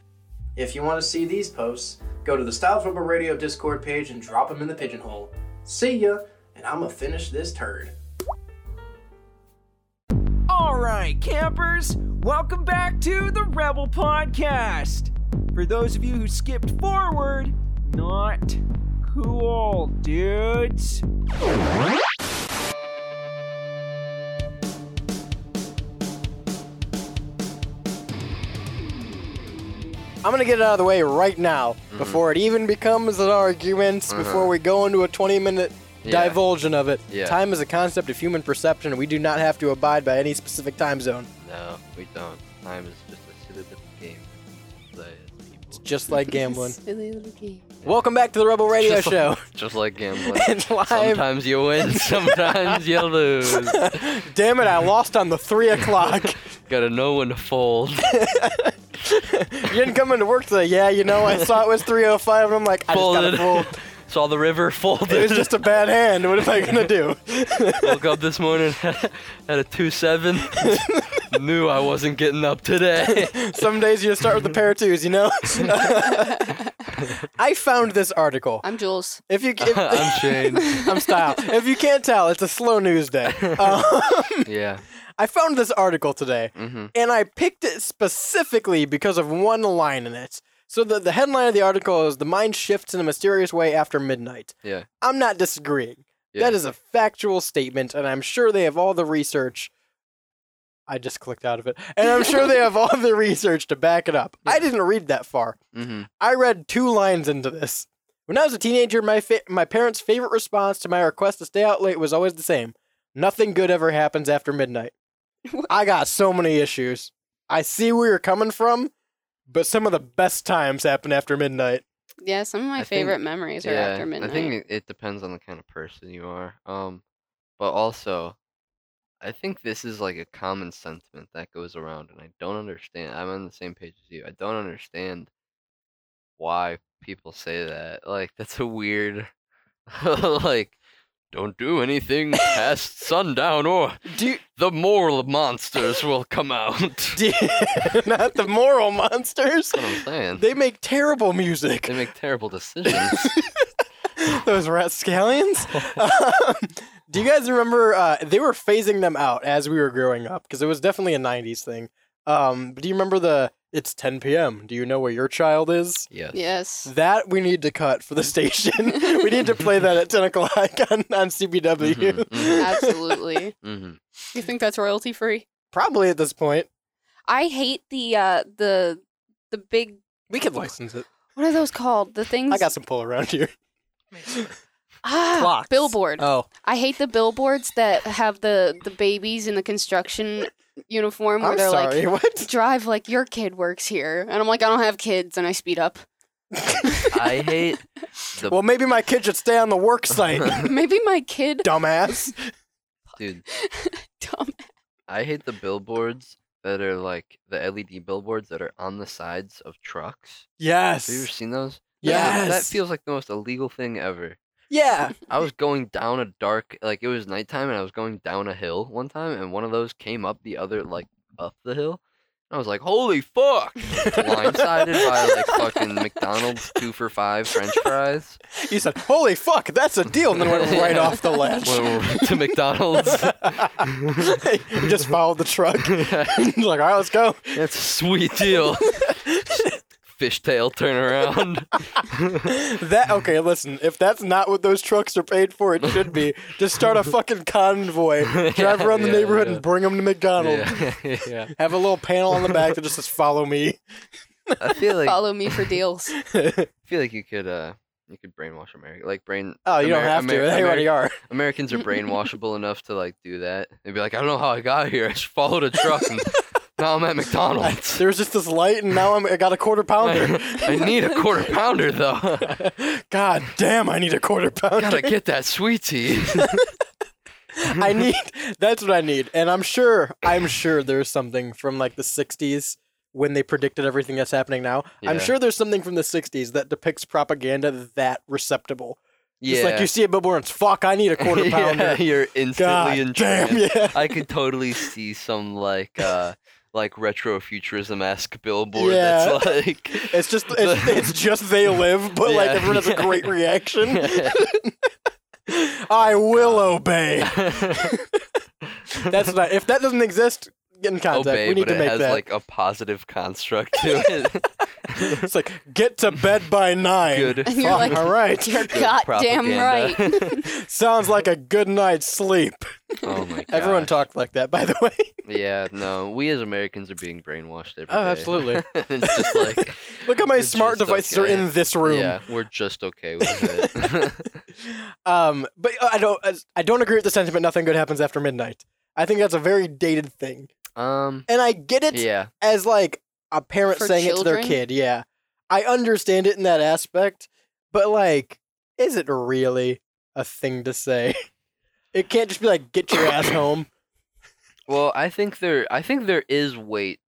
J: If you want to see these posts, go to the Styles Rubber Radio Discord page and drop them in the pigeonhole. See ya, and I'm gonna finish this turd.
K: All right, campers, welcome back to the Rebel Podcast. For those of you who skipped forward, not cool, dudes.
B: I'm gonna get it out of the way right now
E: Mm-hmm.
B: before it even becomes an argument. Before we go into a 20-minute
E: Yeah.
B: divulgence of it.
E: Yeah.
B: Time is a concept of human perception, and we do not have to abide by any specific time zone.
E: No, we don't. Time is just a silly little game. Play as people.
B: It's just like gambling.
F: Silly little game.
B: Welcome back to the Rebel Radio
E: Just like-
B: Show.
E: Just like gambling.
B: it's live.
E: sometimes you win, sometimes you lose.
B: Damn it! I lost on the three o'clock.
E: Gotta know when to fold.
B: you didn't come into work today. Yeah, you know, I saw it was three o five, and I'm like, I just got
E: Folded.
B: to fold.
E: Saw the river,
B: It was
E: folded.
B: just a bad hand. What am I gonna do?
E: Woke up this morning, had a 2 7. Knew I wasn't getting up today.
B: Some days you start with a pair of twos, you know. I found this article.
F: I'm Jules.
B: If you, if,
E: I'm Shane.
B: I'm style. If you can't tell, it's a slow news day. Um,
E: Yeah.
B: I found this article today,
E: Mhm.
B: and I picked it specifically because of one line in it. So the, the headline of the article is "The Mind Shifts in a Mysterious Way After Midnight."
E: Yeah.
B: I'm not disagreeing.
E: Yeah.
B: That is a factual statement, and I'm sure they have all the research. I just clicked out of it, and I'm sure they have all the research to back it up. I didn't read that far.
E: hmm
B: I read two lines into this. When I was a teenager, my fa- my parents' favorite response to my request to stay out late was always the same: nothing good ever happens after midnight. I got so many issues. I see where you're coming from, but some of the best times happen after midnight.
F: Yeah, some of my
E: I think-
F: favorite memories are after midnight.
E: I think it- it depends on the kind of person you are. Um, but also, I think this is like a common sentiment that goes around, and I don't understand. I'm on the same page as you. I don't understand why people say that. Like, that's a weird, like, don't do anything past sundown, or
B: Do you,
E: the moral monsters will come out.
B: do you- not the moral monsters.
E: That's what I'm saying.
B: They make terrible music.
E: They make terrible decisions.
B: Those rascallions. um, do you guys remember? Uh, they were phasing them out as we were growing up because it was definitely a '90s thing. Um, but do you remember the? It's 10 p.m. Do you know where your child is?
E: yes.
F: yes.
B: That we need to cut for the station. we need to play that at 10 o'clock on, on CBW.
E: Mhm, mhm.
F: Absolutely.
E: Mm-hmm.
F: You think that's royalty free?
B: Probably at this point.
F: I hate the uh the the big
B: We could license it.
F: what are those called? The things
B: I got some pull around here.
F: ah,
B: Clocks.
F: billboard.
B: Oh,
F: I hate the billboards that have the the babies in the construction uniform where
B: I'm
F: they're
B: sorry.
F: like
B: what?
F: drive like your kid works here. And I'm like, I don't have kids and I speed up.
E: I hate the
B: Well, maybe my kid should stay on the work site,
F: Maybe my kid
B: dumbass.
E: dude.
F: dumb
E: I hate the billboards that are like the LED billboards that are on the sides of trucks.
B: Yes.
E: Have you ever seen those? That- That
B: Yes.
E: feels like the most illegal thing ever.
B: Yeah.
E: I was going down a dark, like it was nighttime, and I was going down a hill one time, and one of those came up the other, like up the hill. I was like, "Holy fuck!" Blindsided by like fucking McDonald's two for five French fries.
B: You said, "Holy fuck, that's a deal," and then went right off the ledge.
E: Went right to McDonald's.
B: You just followed the truck. like, all right, let's go.
E: That's a sweet deal. Fishtail turnaround.
B: that okay, listen, if that's not what those trucks are paid for, it should be. Just start a fucking convoy, drive around the
E: Yeah,
B: neighborhood
E: yeah.
B: and bring them to McDonald's.
E: Yeah, yeah.
B: Have a little panel on the back that just says "Follow me."
E: I feel like
F: Follow me for deals.
E: I feel like you could uh you could brainwash America like brain
B: Oh, you don't
E: Ameri-
B: have to.
E: Ameri-
B: They already
E: Ameri-
B: are.
E: Americans are brainwashable enough to like do that. They'd be like, I don't know how I got here. I just followed a truck and now I'm at McDonald's.
B: There was just this light, and now I'm, I got a quarter pounder.
E: I need a quarter pounder though.
B: God damn, I need a quarter pounder.
E: Gotta get that sweet tea.
B: I need. That's what I need, and I'm sure. I'm sure there's something from like the '60s when they predicted everything that's happening now. I'm
E: Yeah.
B: sure there's something from the '60s that depicts propaganda that receptible. Just like
E: Yeah.
B: you see a billboard, and it's fuck. I need a quarter
E: Yeah,
B: pounder.
E: you're
B: God
E: instantly in
B: damn,
E: trance.
B: yeah.
E: I could totally see some like uh like retro futurism esque billboard
B: Yeah.
E: that's like
B: It's just it's, it's just they live, but like
E: Yeah,
B: everyone has a
E: yeah.
B: great reaction. I will obey. That's not. If that doesn't exist, get in contact.
E: obey,
B: we need
E: Oh, but
B: to
E: it
B: make
E: has
B: that.
E: like a positive construct to it.
B: it's like get to bed by nine.
E: Good.
F: And you're
B: Fuck,
F: like,
B: all right.
F: You're goddamn right.
B: Sounds like a good night's sleep.
E: oh my god.
B: Everyone talked like that, by the way.
E: Yeah, no, we as Americans are being brainwashed every day.
B: Oh, absolutely.
E: it's just like
B: Look how many
E: we're
B: smart
E: just
B: devices are
E: okay.
B: in this room.
E: Yeah, we're just okay with it.
B: Um, but I don't. I don't agree with the sentiment. Nothing good happens after midnight. I think that's a very dated thing,
E: um,
B: and I get it.
E: yeah,
B: as like a parent
F: For
B: saying it to their
F: children?
B: kid. Yeah, I understand it in that aspect, but like, is it really a thing to say? It can't just be like, get your ass home.
E: Well, I think there I think there is weight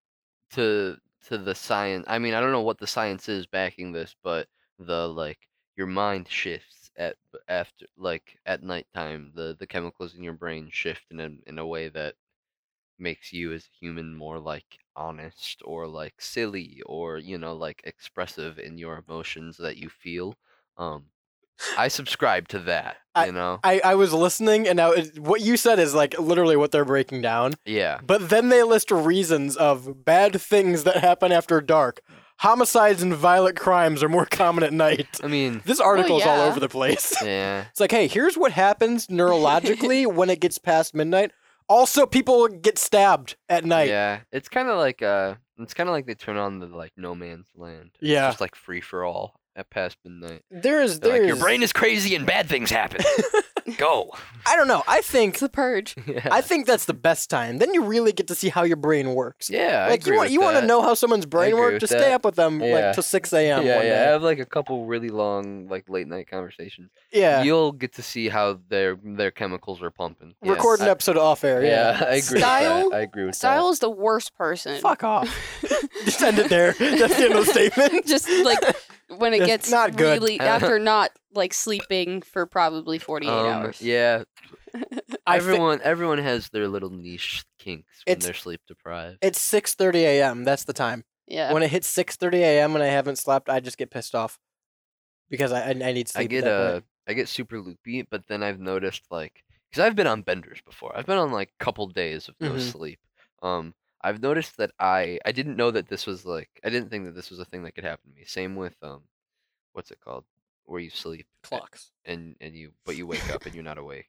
E: to to the science. I mean, I don't know what the science is backing this, but the like your mind shifts at after like at nighttime. The the chemicals in your brain shift in a, in a way that makes you as a human more like honest or like silly or you know like expressive in your emotions that you feel. Um I subscribe to that, you know.
B: I, I was listening, and now it, what you said is like literally what they're breaking down.
E: yeah.
B: But then they list reasons of bad things that happen after dark. Homicides and violent crimes are more common at night.
E: I mean,
B: This article's
F: yeah.
B: all over the place.
E: yeah.
B: It's like, hey, here's what happens neurologically when it gets past midnight. Also, people get stabbed at night.
E: Yeah, it's kind of like uh, it's kind of like they turn on the like no man's land. It's
B: Yeah.
E: just like free for all at past midnight.
B: There is,
E: They're
B: there
E: like
B: is.
E: your brain is crazy and bad things happen. Go.
B: I don't know. I think,
F: It's the purge.
E: Yeah.
B: I think that's the best time. Then you really get to see how your brain works.
E: yeah, I
B: like
E: agree
B: you want,
E: with
B: you want
E: that.
B: to know how someone's brain
E: agree
B: works.
E: with
B: Just
E: that.
B: stay up with them
E: Yeah.
B: like till six a.m.
E: Yeah,
B: one
E: yeah.
B: day.
E: Have like a couple really long, like late night conversations.
B: Yeah.
E: You'll get to see how their their chemicals are pumping. Yes.
B: Record an
E: I-
B: episode off air. Yeah.
E: Yeah, I agree.
F: Style-
E: With that. I agree with
F: Style's the worst person.
B: Fuck off. Just end it there. That's the end of the statement.
F: Just like when it
B: It's
F: gets
B: not good.
F: really after not like sleeping for probably 48
E: that. Um,
F: hours.
E: Yeah.
B: I thi-
E: Everyone, everyone has their little niche kinks when
B: It's-
E: they're sleep deprived.
B: it's six thirty a.m. That's the time.
F: Yeah.
B: When it hits 6:30 a.m. and I haven't slept, I just get pissed off because I I, I need
E: I
B: sleep.
E: get uh, I get super loopy, but then I've noticed like, because I've been on benders before. I've been on like couple days of no
B: Mhm.
E: sleep. Um, I've noticed that I I didn't know that this was like I didn't think that this was a thing that could happen to me. Same with um, what's it called, where you sleep a-
B: clocks.
E: and and you but you wake up and you're not awake.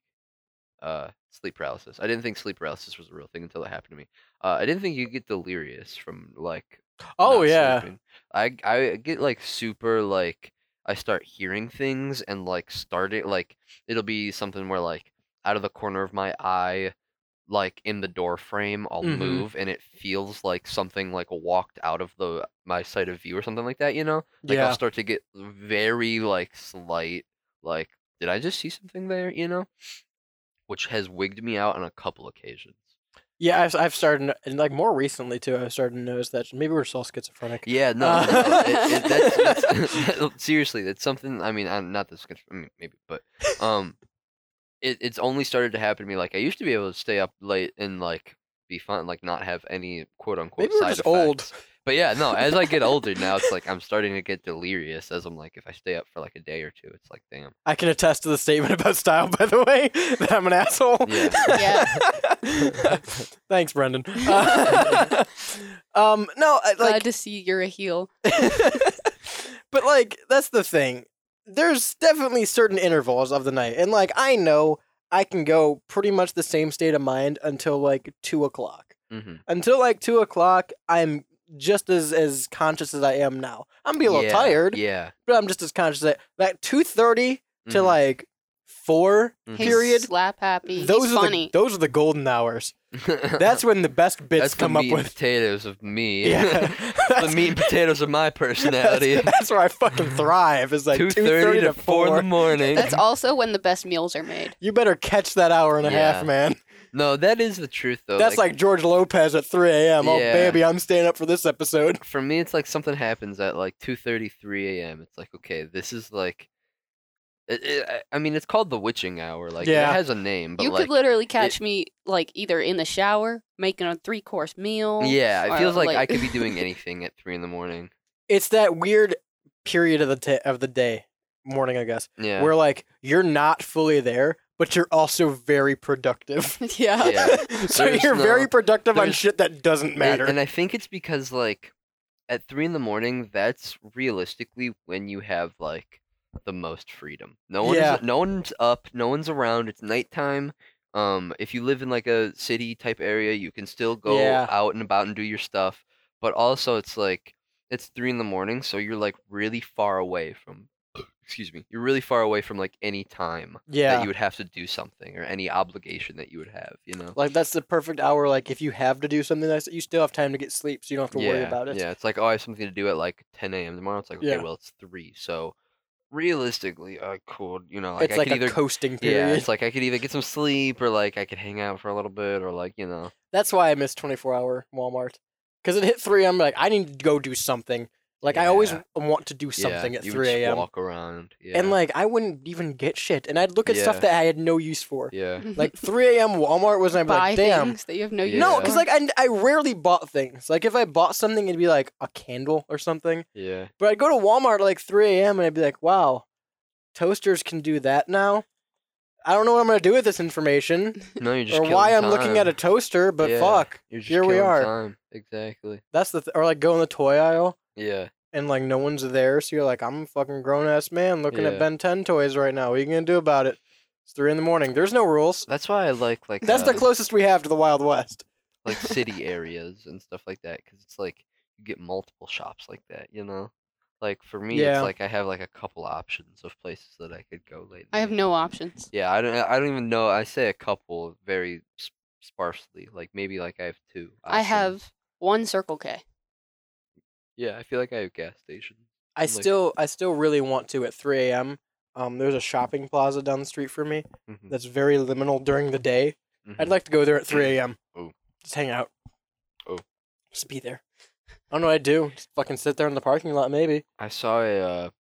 E: Uh, sleep paralysis. I didn't think sleep paralysis was a real thing until it happened to me. Uh, I didn't think you get delirious from like
B: Oh
E: not
B: yeah.
E: sleeping. I I get like super like I start hearing things and like starting like it'll be something where like out of the corner of my eye like in the door frame I'll
B: Mhm.
E: move and it feels like something like walked out of the my sight of view or something like that, you know? Like
B: yeah.
E: I'll start to get very like slight like did I just see something there, you know? Which has wigged me out on a couple occasions.
B: Yeah, I've, I've started, and like more recently too, I've started to notice that maybe we're just all schizophrenic.
E: Yeah, no,
B: Uh,
E: no, no, it- it- that's- that's- seriously, that's something. I mean, I'm not this. I mean, maybe, but um, it it's only started to happen to me. Like I used to be able to stay up late and like be fun, like not have any quote unquote.
B: Maybe we're
E: side
B: just old.
E: effects. But yeah, no. As I get older now, it's like I'm starting to get delirious. As I'm like, if I stay up for like a day or two, it's like, damn.
B: I can attest to the statement about style, by the way, that I'm an asshole.
E: Yeah.
B: Thanks, Brendan. Uh, um, no, I- like
F: Glad to see you're a heel.
B: but like that's the thing there's definitely certain intervals of the night and like i know i can go pretty much the same state of mind until like two o'clock
E: Mhm.
B: until like two o'clock i'm just as as conscious as i am now i'm be a little
E: Yeah,
B: tired
E: Yeah.
B: but i'm just as conscious that that 2.30 to
E: Mhm.
B: like 4
E: Mhm.
F: He's
B: period
F: slap happy.
B: those
F: He's
B: are
F: funny.
B: the those are the golden hours that's when the best bits
E: Mm-hmm. That's the
B: come up
E: meat and
B: with
E: potatoes of me.
B: Yeah.
E: the meat and potatoes of my personality.
B: that's, that's where i fucking thrive is like 2.30,
E: 2:30
B: to 4
E: in the morning.
F: That's also when the best meals are made.
B: You better catch that hour and a half,
E: Yeah.
B: man.
E: No, that is the truth though.
B: That's like, George Lopez at 3 a.m. Oh,
E: Yeah.
B: baby, I'm staying up for this episode.
E: for me, it's like something happens at like two thirty, three a.m. It's like okay, this is like. It, it, I- I mean, it's called the witching hour. Like,
B: Yeah.
E: it has a name, but
F: you
E: like,
F: could literally catch me like either in the shower, making a three course meal.
E: yeah, it
F: or,
E: feels like, I could be doing anything at three in the morning.
B: It's that weird period of the t- of the day, morning, I guess,
E: Yeah.
B: where like you're not fully there, but you're also very productive.
F: yeah.
E: Yeah.
B: so
E: There's
B: you're very
E: no-
B: productive on
E: there's-
B: shit that doesn't
E: And-
B: matter.
E: And, I think it's because like at three in the morning, that's realistically when you have like the most freedom. No one's
B: Yeah.
E: no one's up, no one's around, it's nighttime. Um if you live in like a city type area, you can still go
B: Yeah.
E: out and about and do your stuff. But also it's like it's three in the morning, so you're like really far away from excuse me, you're really far away from like any time
B: Yeah.
E: that you would have to do something or any obligation that you would have, you know?
B: like that's the perfect hour. Like if you have to do something, that's you still have time to get sleep, so you don't have to worry about it.
E: Yeah, it's like, oh, I have something to do at like 10 a.m. tomorrow. It's like, okay,
B: Yeah.
E: well, it's three. So realistically, I could, you know, like
B: it's
E: I
B: like
E: could
B: a
E: either.
B: coasting
E: yeah,
B: period.
E: it's like I could either get some sleep or like I could hang out for a little bit or like, you know.
B: That's why I miss 24 hour Walmart. Because it hit 3 I'm like, I need to go do something. Like, I always
E: Yeah.
B: w- want to do something
E: yeah,
B: at
E: you would
B: 3
E: just
B: a.m.
E: walk around. Yeah.
B: And, like, I wouldn't even get shit. And I'd look at stuff
E: Yeah.
B: that I had no use for.
E: yeah.
B: Like, 3 a.m. Walmart was, and I'd be
F: Buy
B: like, damn.
F: things that you have no use.
B: No,
E: Yeah.
B: because, like, I, I rarely bought things. Like, if I bought something, it'd be, like, a candle or something.
E: Yeah.
B: But I'd go to Walmart at, like, 3 a.m. and I'd be like, wow, toasters can do that now? I don't know what I'm going to do with this information
E: No, you're just
B: or why I'm
E: killing
B: looking at a
E: time.
B: toaster, but
E: Yeah,
B: fuck,
E: You're just
B: here we
E: killing
B: are.
E: Time. Exactly.
B: That's the th- or like go in the toy aisle
E: Yeah.
B: and like no one's there, so you're like, I'm a fucking grown ass man looking at
E: Yeah.
B: Ben 10 toys right now. What are you gonna do about it? It's three in the morning. There's no rules.
E: That's why I like like
B: That's the
E: uh,
B: closest we have to the Wild West.
E: like city areas and stuff like that because it's like you get multiple shops like that you know like for me
B: Yeah.
E: it's like i have like a couple options of places that i could go late
F: I have
E: night.
F: no options.
E: yeah i don't i don't even know i say a couple very s- sparsely like maybe like i have two
F: I
E: options.
F: have one Circle K.
E: yeah i feel like i have gas stations
B: I
E: Like-
B: still I still really want to at 3 a.m. Um, there's a shopping plaza down the street from me
E: Mhm,
B: that's very liminal during the day. I'd
E: mhm.
B: like to go there at 3 a.m.
E: Oh.
B: Just hang out.
E: Oh.
B: Just be there. I don't know what I'd do. Just fucking sit there in the parking lot, maybe.
E: i saw a uh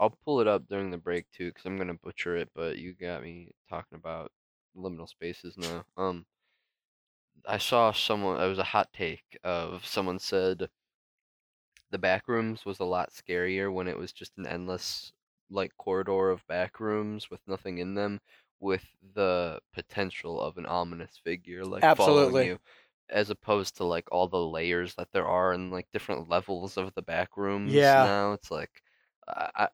E: i'll pull it up during the break too because i'm gonna butcher it but you got me talking about liminal spaces now um I saw someone. It was a hot take of someone said the back rooms was a lot scarier when it was just an endless like corridor of back rooms with nothing in them, with the potential of an ominous figure like
B: Absolutely.
E: following you, as opposed to like all the layers that there are and like different levels of the back rooms.
B: Yeah.
E: Now it's like I. I I-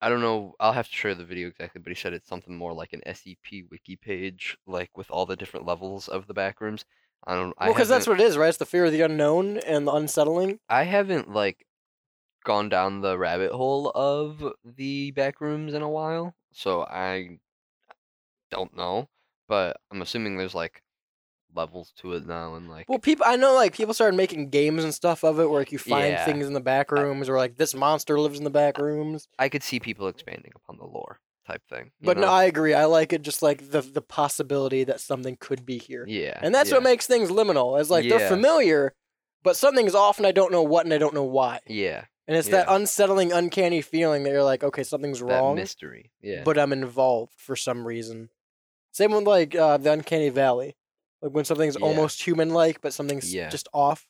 E: I don't know. I'll have to share the video exactly, but he said it's something more like an SCP wiki page, like with all the different levels of the back rooms. I don't. I
B: Well, because that's
E: haven't-
B: what it is, right? It's the fear of the unknown and the unsettling.
E: I haven't like gone down the rabbit hole of the back rooms in a while, so I don't know. But I'm assuming there's like levels to it now, and like
B: Well, people, I know like people started making games and stuff of it, where like you find
E: Yeah.
B: things in the back rooms, or like this monster lives in the back rooms.
E: I could see people expanding upon the lore type thing. you
B: But no,
E: know?
B: I agree. I like it just like the the possibility that something could be here.
E: Yeah,
B: And that's what
E: yeah.
B: makes things liminal. Is like they're
E: Yeah.
B: familiar, but something's off and I don't know what and I don't know why.
E: yeah,
B: And it's that unsettling, uncanny feeling that you're like, okay, something's
E: that
B: wrong,
E: mystery. Yeah,
B: but I'm involved for some reason. Same with like uh, the Uncanny Valley, like when something's
E: Yeah.
B: almost human-like, but something's
E: Yeah.
B: just off.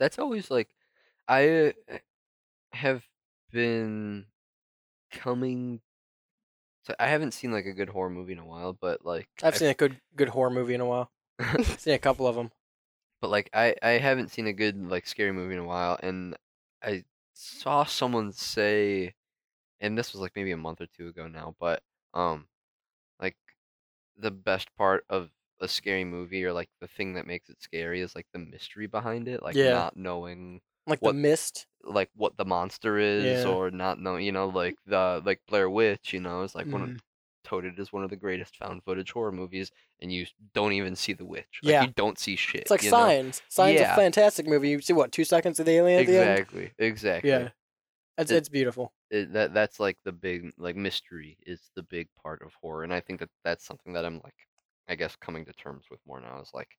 E: that's always like I uh, have been coming. So I haven't seen like a good horror movie in a while, but like
B: I've seen a good good horror movie in a while. seen a couple of them.
E: but like I I haven't seen a good like scary movie in a while, and I saw someone say, and this was like maybe a month or two ago now, but um, like the best part of a scary movie or like the thing that makes it scary is like the mystery behind it, like
B: Yeah.
E: not knowing
B: Like
E: what
B: the mist.
E: like what the monster is
B: Yeah.
E: or not know you know like the like blair witch you know is like one
B: Mhm.
E: of Toted is one of the greatest found footage horror movies, and you don't even see the witch. Like,
B: Yeah.
E: you don't see shit.
B: It's like
E: you know?
B: Signs. Signs is a
E: Yeah.
B: fantastic movie. You see what two seconds of the alien at the end.
E: exactly exactly
B: Yeah, it's
E: It-
B: it's beautiful.
E: it- that that's like the big like mystery is the big part of horror and i think that that's something that i'm like i guess coming to terms with more now is like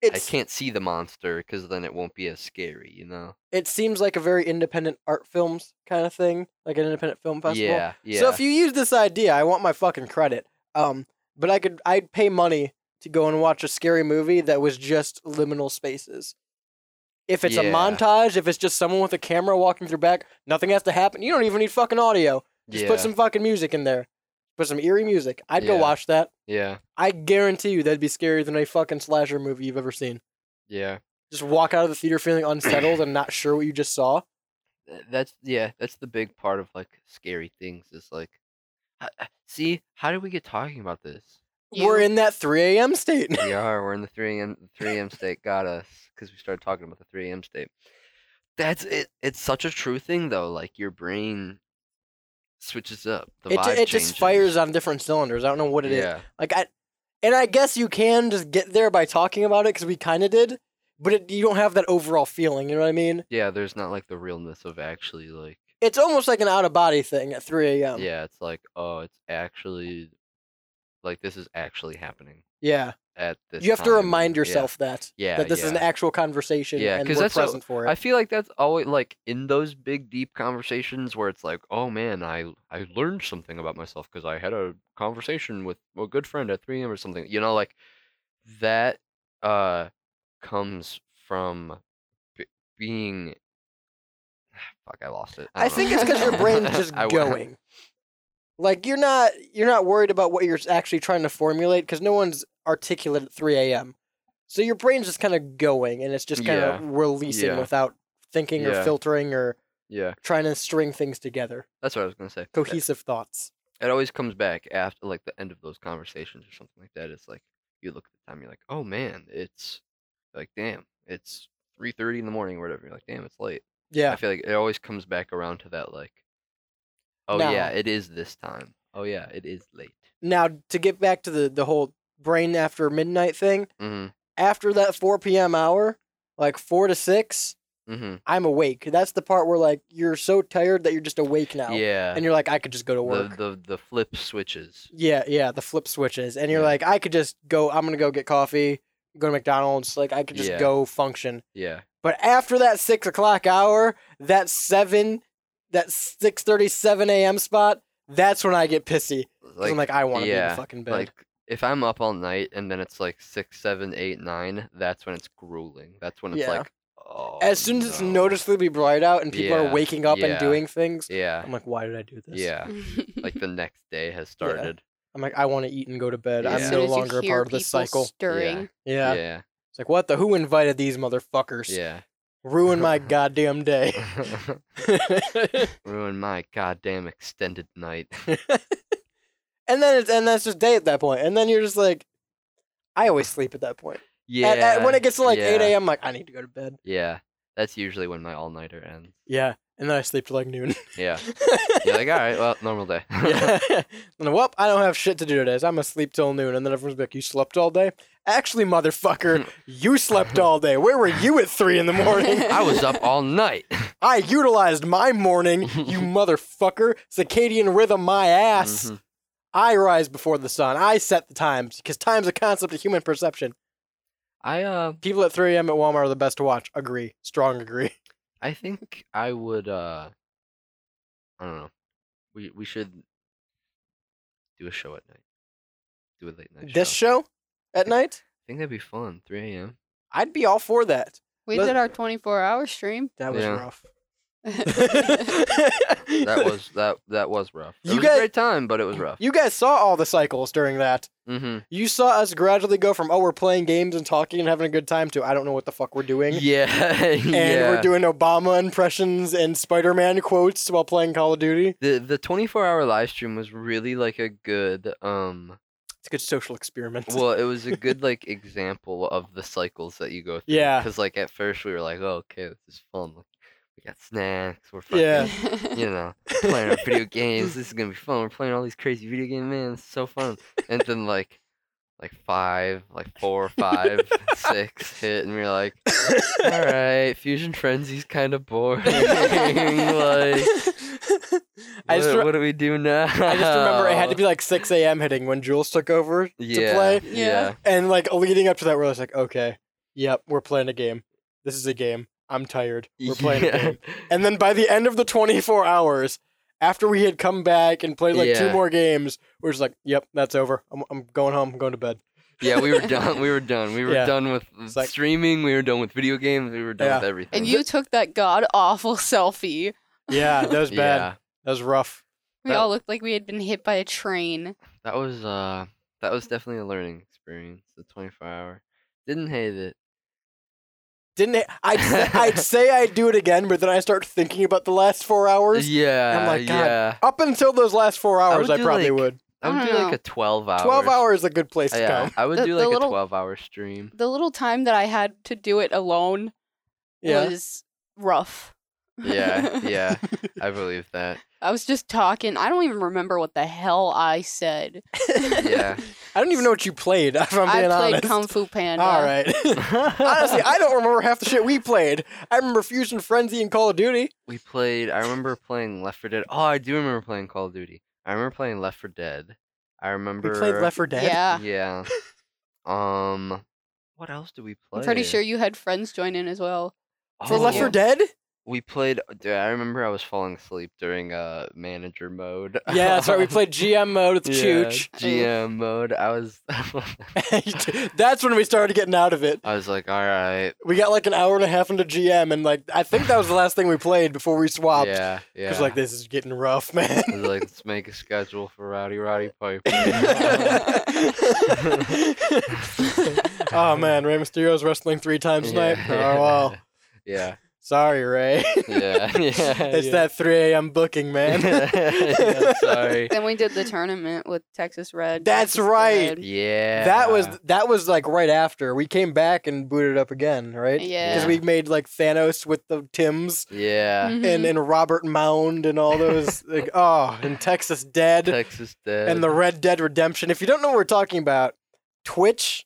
B: It's
E: i can't see the monster because then it won't be as scary you know
B: it seems like a very independent art films kind of thing, like an independent film festival.
E: Yeah,
B: So
E: yeah.
B: if you use this idea, I want my fucking credit. Um, but I could, I'd pay money to go and watch a scary movie that was just liminal spaces. If it's a
E: Yeah.
B: montage, if it's just someone with a camera walking through back, nothing has to happen. You don't even need fucking audio. Just put
E: Yeah.
B: some fucking music in there. Put some eerie music. I'd go
E: Yeah.
B: watch that.
E: yeah
B: I guarantee you that'd be scarier than a fucking slasher movie you've ever seen.
E: yeah
B: Just walk out of the theater feeling unsettled and not sure what you just saw.
E: Th- that's yeah that's the big part of like scary things is like "Uh, uh, see how did we get talking about this
B: We're in that 3 a.m. state.
E: we are we're in the 3 a.m 3 a.m state got us because we started talking about the 3 a.m state that's it it's such a true thing though like your brain switches up the
B: it, ju-
E: vibe
B: it
E: changes.
B: just fires on different cylinders. I don't know what it is.
E: Yeah.
B: Like I, and I guess you can just get there by talking about it because we kind of did, but it, you don't have that overall feeling. You know what I mean?
E: yeah there's not like the realness of actually like
B: It's almost like an out of body thing at 3 a.m.
E: yeah it's like oh it's actually like this is actually happening
B: Yeah.
E: at this
B: you have to
E: time,
B: remind
E: yeah.
B: yourself that
E: yeah
B: that this is an
E: yeah.
B: actual conversation
E: yeah
B: and
E: because
B: we're
E: that's
B: present
E: a,
B: for it.
E: i feel like that's always like in those big deep conversations where it's like oh man i i learned something about myself because i had a conversation with a good friend at 3 a.m or something you know like that uh comes from b- being fuck i lost it
B: I
E: don't know.
B: think it's because your brain's just
E: Oh. I w-
B: going. Like you're not you're not worried about what you're actually trying to formulate because no one's articulate at 3 a.m. So your brain's just kind of going and it's just kind of
E: Yeah.
B: releasing
E: Yeah.
B: without thinking or
E: Yeah.
B: filtering or
E: yeah
B: trying to string things together.
E: that's what i was gonna say That-
B: Cohesive thoughts.
E: it always comes back after like the end of those conversations or something like that. It's like you look at the time, you're like, oh man, it's like damn, it's three thirty in the morning or whatever. You're like, damn, it's late. I
B: Yeah.
E: feel like it always comes back around to that like, oh yeah,
B: Now-
E: it is this time. Oh yeah, it is late.
B: Now to get back to the the whole brain after midnight thing,
E: Mm
B: after that 4 p.m. hour, like 4 to 6,
E: hmm. Mm
B: I'm awake. That's the part where like you're so tired that you're just awake now.
E: hmm. Yeah.
B: And you're like I could just go to work.
E: the, the the flip switches.
B: Yeah, yeah, the flip switches. And you're
E: Yeah.
B: like, I could just go, I'm going to go get coffee, go to McDonald's. Like, I could just
E: Yeah.
B: go function.
E: Yeah.
B: But after that six o'clock hour, that seven, that 6.37 a.m. spot, that's when I get pissy. 'Cause I'm like, I want to be in the fucking bed.
E: Like if I'm up all night and then it's like six, seven, eight, nine, that's when it's grueling. That's when it's
B: Yeah.
E: like, oh.
B: as soon as it's
E: no.
B: noticeably bright out and people
E: Yeah,
B: are waking up and
E: yeah,
B: doing things,
E: Yeah.
B: I'm like, why did I do this?
E: Yeah. like the next day has started.
B: I'm like, I want to eat and go to bed.
E: Yeah. As
B: I'm
E: soon
B: no
F: as you
B: longer a
F: hear
B: part of this
F: people
B: cycle.
F: stirring.
B: Yeah.
E: Yeah.
B: It's like, what the? Who invited these motherfuckers?
E: Yeah.
B: Ruin my goddamn day.
E: Ruin my goddamn extended night.
B: and then it's and that's just day at that point. And then you're just like, I always sleep at that point.
E: yeah.
B: At- at- when it gets to like eight
E: yeah,
B: a.m., I'm like I need to go to bed.
E: Yeah. That's usually when my all nighter ends.
B: Yeah, and then I sleep till like noon.
E: Yeah. You're like, all right, well, normal day.
B: yeah. And well, I don't have shit to do today, so I'm gonna sleep till noon. And then everyone's like, "You slept all day." Actually, motherfucker, you slept all day. Where were you at three in the morning?
E: I was up all night.
B: I utilized my morning, you motherfucker. Circadian rhythm, my ass.
E: Mhm.
B: I rise before the sun. I set the times because time's a concept of human perception.
E: I uh
B: people at 3 a.m. at Walmart are the best to watch. Agree, strong agree.
E: I think I would uh I don't know. We we should do a show at night. Do a late night
B: This
E: show.
B: show at night,
E: I think that'd be fun. 3 a.m.
B: I'd be all for that.
F: We
B: Let-
F: did our 24 hour stream.
B: That was
E: Yeah.
B: rough.
E: That was that that was rough. It
B: You
E: was
B: guys-
E: a great time, but it was rough.
B: You guys saw all the cycles during that.
E: Mhm.
B: You saw us gradually go from oh we're playing games and talking and having a good time to I don't know what the fuck we're doing.
E: Yeah.
B: And
E: yeah.
B: we're doing Obama impressions and Spider-Man quotes while playing Call of Duty.
E: the the 24 hour live stream was really like a good um
B: It's a good social experiment.
E: well it was a good like example of the cycles that you go through
B: Yeah.
E: because like at first we were like oh, okay this is fun like, we got snacks we're fucking,
B: Yeah.
E: you know playing our video games this is gonna be fun we're playing all these crazy video game man it's so fun and then like like five like four five six hit and we are like all right fusion frenzy's kind of boring like
B: I
E: what,
B: just re-
E: what do we do now
B: I just remember it had to be like 6 a.m. hitting when Jules took over to
E: Yeah,
B: play.
E: yeah.
B: And like leading up to that, we're just like, okay, yep, we're playing a game. This is a game. I'm tired. We're playing
E: Yeah.
B: a game. And then by the end of the 24 hours, after we had come back and played like two
E: Yeah.
B: more games, we're just like, yep, that's over. I'm, I'm going home. I'm going to bed.
E: Yeah, we were done. We were done. We were
B: Yeah.
E: done with streaming. We were done with video games. We were done with
B: Yeah.
E: everything.
F: And you took that god awful selfie.
B: Yeah, that was bad.
E: Yeah.
B: That was rough.
F: We all looked like we had been hit by a train.
E: That was uh, that was definitely a learning experience. The 24 hour. Didn't hate it.
B: Didn't it? I'd say, I'd say I'd do it again, but then I start thinking about the last four hours.
E: Yeah.
B: and I'm like, God.
E: yeah.
B: Up until those last four hours,
E: would
B: I,
E: do,
B: probably
E: like,
B: would.
E: I would
F: I
E: do
F: don't
E: like
F: know.
E: a 12 hour.
B: 12 hours is a good place to
E: Yeah,
B: come.
E: I would
F: The-
E: do
F: the
E: like
F: little-
E: a 12 hour stream.
F: The little time that I had to do it alone
B: Yeah.
F: was rough.
E: Yeah, yeah. I believe that.
F: I was just talking. I don't even remember what the hell I said.
E: Yeah.
B: I don't even know what you played, if I'm
F: I
B: being
F: played
B: honest.
F: Kung Fu Panda.
B: All right. Honestly, I don't remember half the shit we played. I remember Fusion Frenzy and Call of Duty.
E: We played. I remember playing Left 4 Dead. Oh, I do remember playing Call of Duty. I remember playing Left 4 Dead. I remember.
B: Left 4 Dead?
E: Yeah.
F: Yeah.
E: Um. What else do we play?
F: I'm pretty sure you had friends join in as well.
B: For Left 4
E: Oh.
B: Dead?
E: We played. uh, Dude, I remember I was falling asleep during uh manager mode.
B: Yeah, that's right. We played GM mode with
E: Yeah,
B: Chooch.
E: GM mode. I was.
B: That's when we started getting out of it.
E: I was like, all right.
B: We got like an hour and a half into GM, and like, I think that was the last thing we played before we swapped.
E: Yeah, yeah.
B: Because, like, this is getting rough, man.
E: I was like, let's make a schedule for Rowdy Roddy Piper.
B: oh, man. Rey Mysterio's wrestling three times tonight.
E: Yeah.
B: Oh, wow.
E: yeah,
B: Sorry, Ray.
E: yeah, yeah.
B: it's
E: yeah.
B: that 3 a.m. booking, man.
E: Yeah, sorry.
F: Then we did the tournament with Texas Red.
B: That's
F: Texas
B: right.
F: Red.
E: Yeah.
B: That was that was like right after we came back and booted up again, right?
F: Yeah.
B: because we made like Thanos with the Mm, Tims
E: Yeah.
F: Mm-hmm.
B: and and Robert Mound and all those like oh and Texas Dead
E: Texas Dead.
B: and the Red Dead Redemption. If you don't know what we're talking about, Twitch.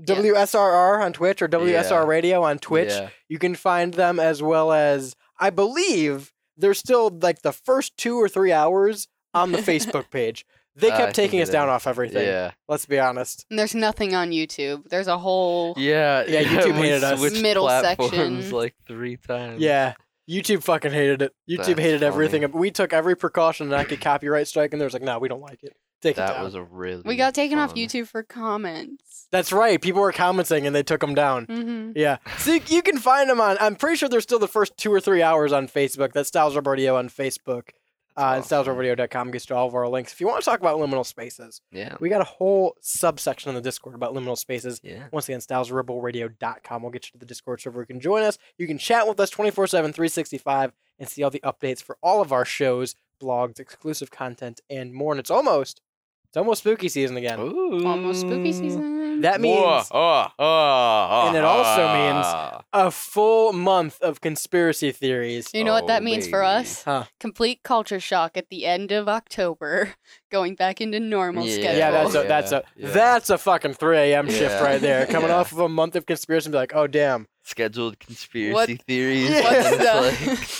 B: WSRR on Twitch or WSR
E: Yeah.
B: Radio on Twitch.
E: Yeah.
B: You can find them as well as, I believe, they're still like the first two or three hours on the Facebook page. They
E: Uh, I
B: kept
E: think
B: taking
E: it
B: us down
E: is.
B: off everything.
E: Yeah.
B: Let's be honest.
F: And there's nothing on YouTube. There's a whole
E: Yeah,
B: Yeah, YouTube
E: we
B: hated us.
E: switched
F: Middle
E: platforms
F: section.
E: like three times.
B: Yeah. YouTube fucking hated it. YouTube
E: That's
B: hated
E: funny.
B: everything. We took every precaution to not get copyright strike, and they was like, "No, we don't like it. Take it
E: that
B: down."
E: was a really.
F: we got taken off
E: fun-
F: YouTube for comments.
B: That's right. People were commenting, and they took them down.
F: Mm-hmm.
B: Yeah. So you, you can find them on. I'm pretty sure they're still the first two or three hours on Facebook. That's Styles Rub Radio on Facebook. Uh, and StylesRubRadio.com gets to all of our links. If you want to talk about liminal spaces,
E: Yeah.
B: we got a whole subsection on the Discord about liminal spaces.
E: Yeah.
B: Once again, stylesrebelradio.com. We'll get you to the Discord server. You can join us. You can chat with us 24 7, 365, and see all the updates for all of our shows, blogs, exclusive content, and more. And it's almost, it's almost spooky season again.
F: Almost
E: Mm,
F: spooky season.
B: That means
E: Oh, oh, oh,
B: And it also
E: oh.
B: a full month of conspiracy theories.
F: You know what that
E: Oh,
F: means for
E: baby.
F: us?
B: Huh.
F: Complete culture shock at the end of October, going back into normal
E: Yeah. oh,
F: schedule.
B: Yeah, that's a
E: Yeah,
B: that's a
E: yeah.
B: that's a fucking 3 a.m. shift
E: Yeah.
B: right there. Coming
E: Yeah.
B: off of a month of conspiracy, and be like, oh damn,
E: scheduled conspiracy
F: What-
E: theories.
F: what's
E: and it's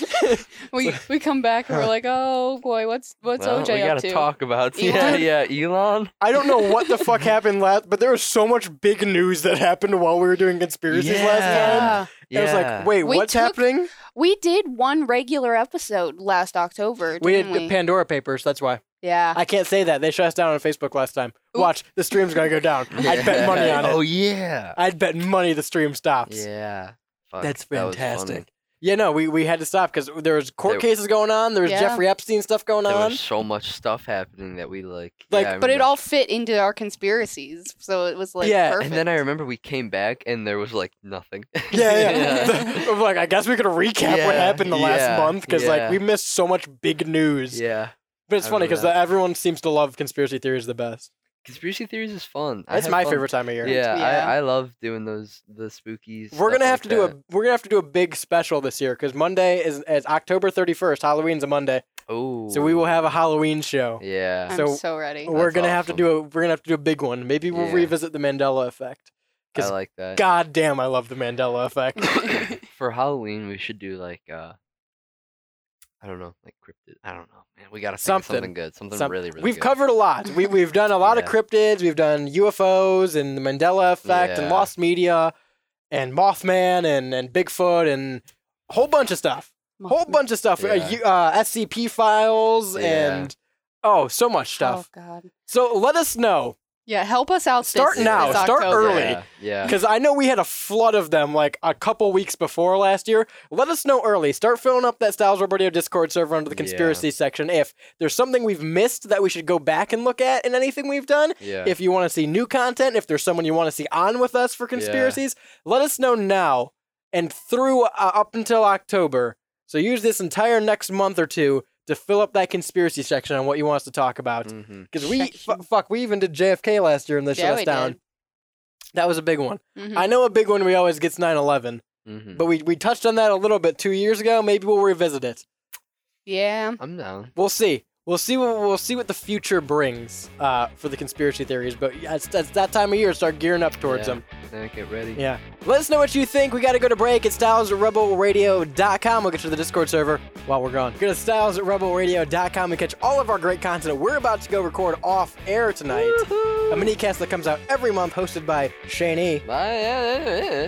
E: like,
F: the- we we come back and we're like, oh boy, what's what's
E: well,
F: OJ
E: we gotta
F: up to?
E: talk about
F: Elon?
E: yeah, yeah, Elon.
B: I don't know what the fuck happened last, but there was so much big news that happened while we were doing conspiracies last time.
E: Yeah.
B: I was
E: Yeah.
B: like, wait,
F: We
B: what's
F: took-
B: happening?
F: We did one regular episode last October,
B: We had
F: didn't we?
B: the Pandora papers. That's why.
F: yeah.
B: I can't say that. They shut us down on Facebook last time. Watch, the stream's gonna go down. I'd bet money on it.
E: Oh yeah.
B: I'd bet money the stream stops.
E: Yeah. Fuck,
B: That's
E: that was funny.
B: fantastic. Yeah, no, we, we had to stop because there was court
E: There-
B: cases going on. There was
F: Yeah.
B: Jeffrey Epstein stuff going
E: There
B: on.
E: was so much stuff happening that we like.
B: Like,
E: yeah, I
F: but it
E: remember.
F: all fit into our conspiracies, so it was like
B: Yeah, and
F: perfect.
E: And then I remember we came back and there was like nothing.
B: Yeah, yeah. I'm like, I guess we could recap what
E: Yeah,
B: happened the last
E: yeah,
B: month because
E: yeah.
B: like we missed so much big news.
E: yeah.
B: But it's
E: I
B: funny
E: remember
B: because
E: that.
B: everyone seems to love conspiracy theories the best.
E: Conspiracy theories is fun. I
B: That's
E: have
B: my
E: fun-
B: favorite time of year.
E: Yeah,
F: Yeah.
E: I, I love doing those the spookies.
B: We're gonna have to do a we're gonna have to do a big special this year because Monday is, is October thirty first. Halloween's a Monday,
E: a. Oh.
B: so we will have a Halloween show.
E: Yeah.
F: I'm
B: so-
F: so, ready.
B: We're
E: That's
B: gonna have to
E: awesome.
B: do a we're gonna have to do a big one. Maybe we'll
E: Yeah.
B: revisit the Mandela effect.
E: I
B: 'cause
E: like that.
B: God damn, I love the Mandela effect.
E: For Halloween, we should do like uh, I don't know, like cryptid. I don't know, man. We gotta think of
B: Something.
E: something good, something
B: Some-
E: really, really.
B: we've
E: good.
B: covered a lot. We we've done a lot of
E: Yeah.
B: cryptids. We've done UFOs and the Mandela effect and
E: Yeah.
B: lost media, and Mothman and and Bigfoot and a whole bunch of stuff. whole bunch of stuff. Uh,
E: Yeah.
B: you- Uh, SCP files
E: Yeah.
B: and oh, so much stuff.
F: Oh God.
B: So let us know.
F: Yeah, help us out.
B: Start
F: this,
B: now,
F: This
B: start
F: October.
B: early.
E: Yeah, yeah.
B: Because I know we had a flood of them like a couple weeks before last year. Let us know early. Start filling up that Styles Roberto Discord server under the
E: Yeah.
B: conspiracy section if there's something we've missed that we should go back and look at in anything we've done.
E: yeah.
B: If you want to see new content, if there's someone you want to see on with us for conspiracies, let us know now and through uh, up until October. So use this entire next month or two to fill up that conspiracy section on what you want us to talk about.
E: Mhm.
B: Because we
F: Section.
B: fu- fuck, we even did JFK last year and they
F: Yeah,
B: shut us
F: we
B: down.
F: did.
B: That was a big one.
F: Mhm.
B: I know a big one we always gets 9/11,
E: Mhm.
B: but we we touched on that a little bit 2 years ago. Maybe we'll revisit it.
F: Yeah.
E: I'm down.
B: We'll see. We'll see what we'll see what the future brings uh, for the conspiracy theories, but yeah, it's, it's that time of year. Start gearing up towards
E: yeah.
B: them.
E: Now get ready.
B: Yeah. Let us know what you think. We got to go to break. It's stylesrebelradio.com. We'll get you to the Discord server while we're gone. Go to stylesrebelradio.com and catch all of our great content. We're about to go record off air tonight. A minicast that comes out every month, hosted by Shane E.
E: Bye. yeah, yeah,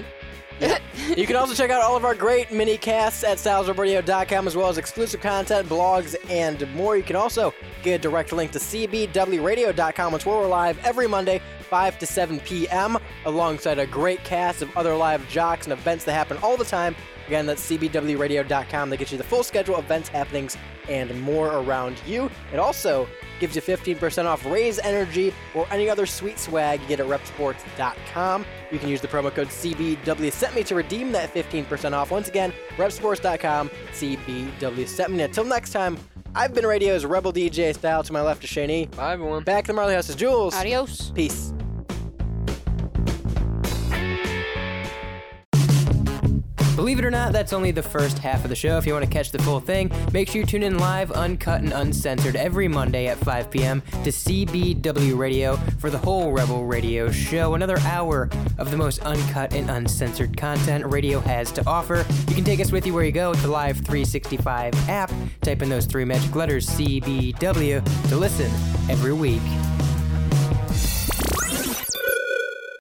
E: yeah.
B: You can also check out all of our great mini casts at salesradio.com as well as exclusive content, blogs, and more. You can also get a direct link to cbwradio.com, which where we're live every Monday, 5 to 7 p.m., alongside a great cast of other live jocks and events that happen all the time. Again, that's cbwradio.com. They get you the full schedule, events, happenings, and more around you. It also gives you 15% off Raise Energy or any other sweet swag you get at repsports.com. You can use the promo code CBW Sent Me to redeem that 15% off. Once again, repsports.com, CBW Sent Me. Until next time, I've been Radio's Rebel DJ Style. To my left is Shane E.
E: Bye, everyone.
B: Back to the Marley House is Jules.
F: Adios.
B: Peace.
D: Believe it or not, that's only the first half of the show. If you want to catch the full thing, make sure you tune in live, uncut, and uncensored every Monday at 5 p.m. to CBW Radio for the whole Rebel Radio show. Another hour of the most uncut and uncensored content radio has to offer. You can take us with you where you go with the Live 365 app. Type in those three magic letters, CBW, to listen every week.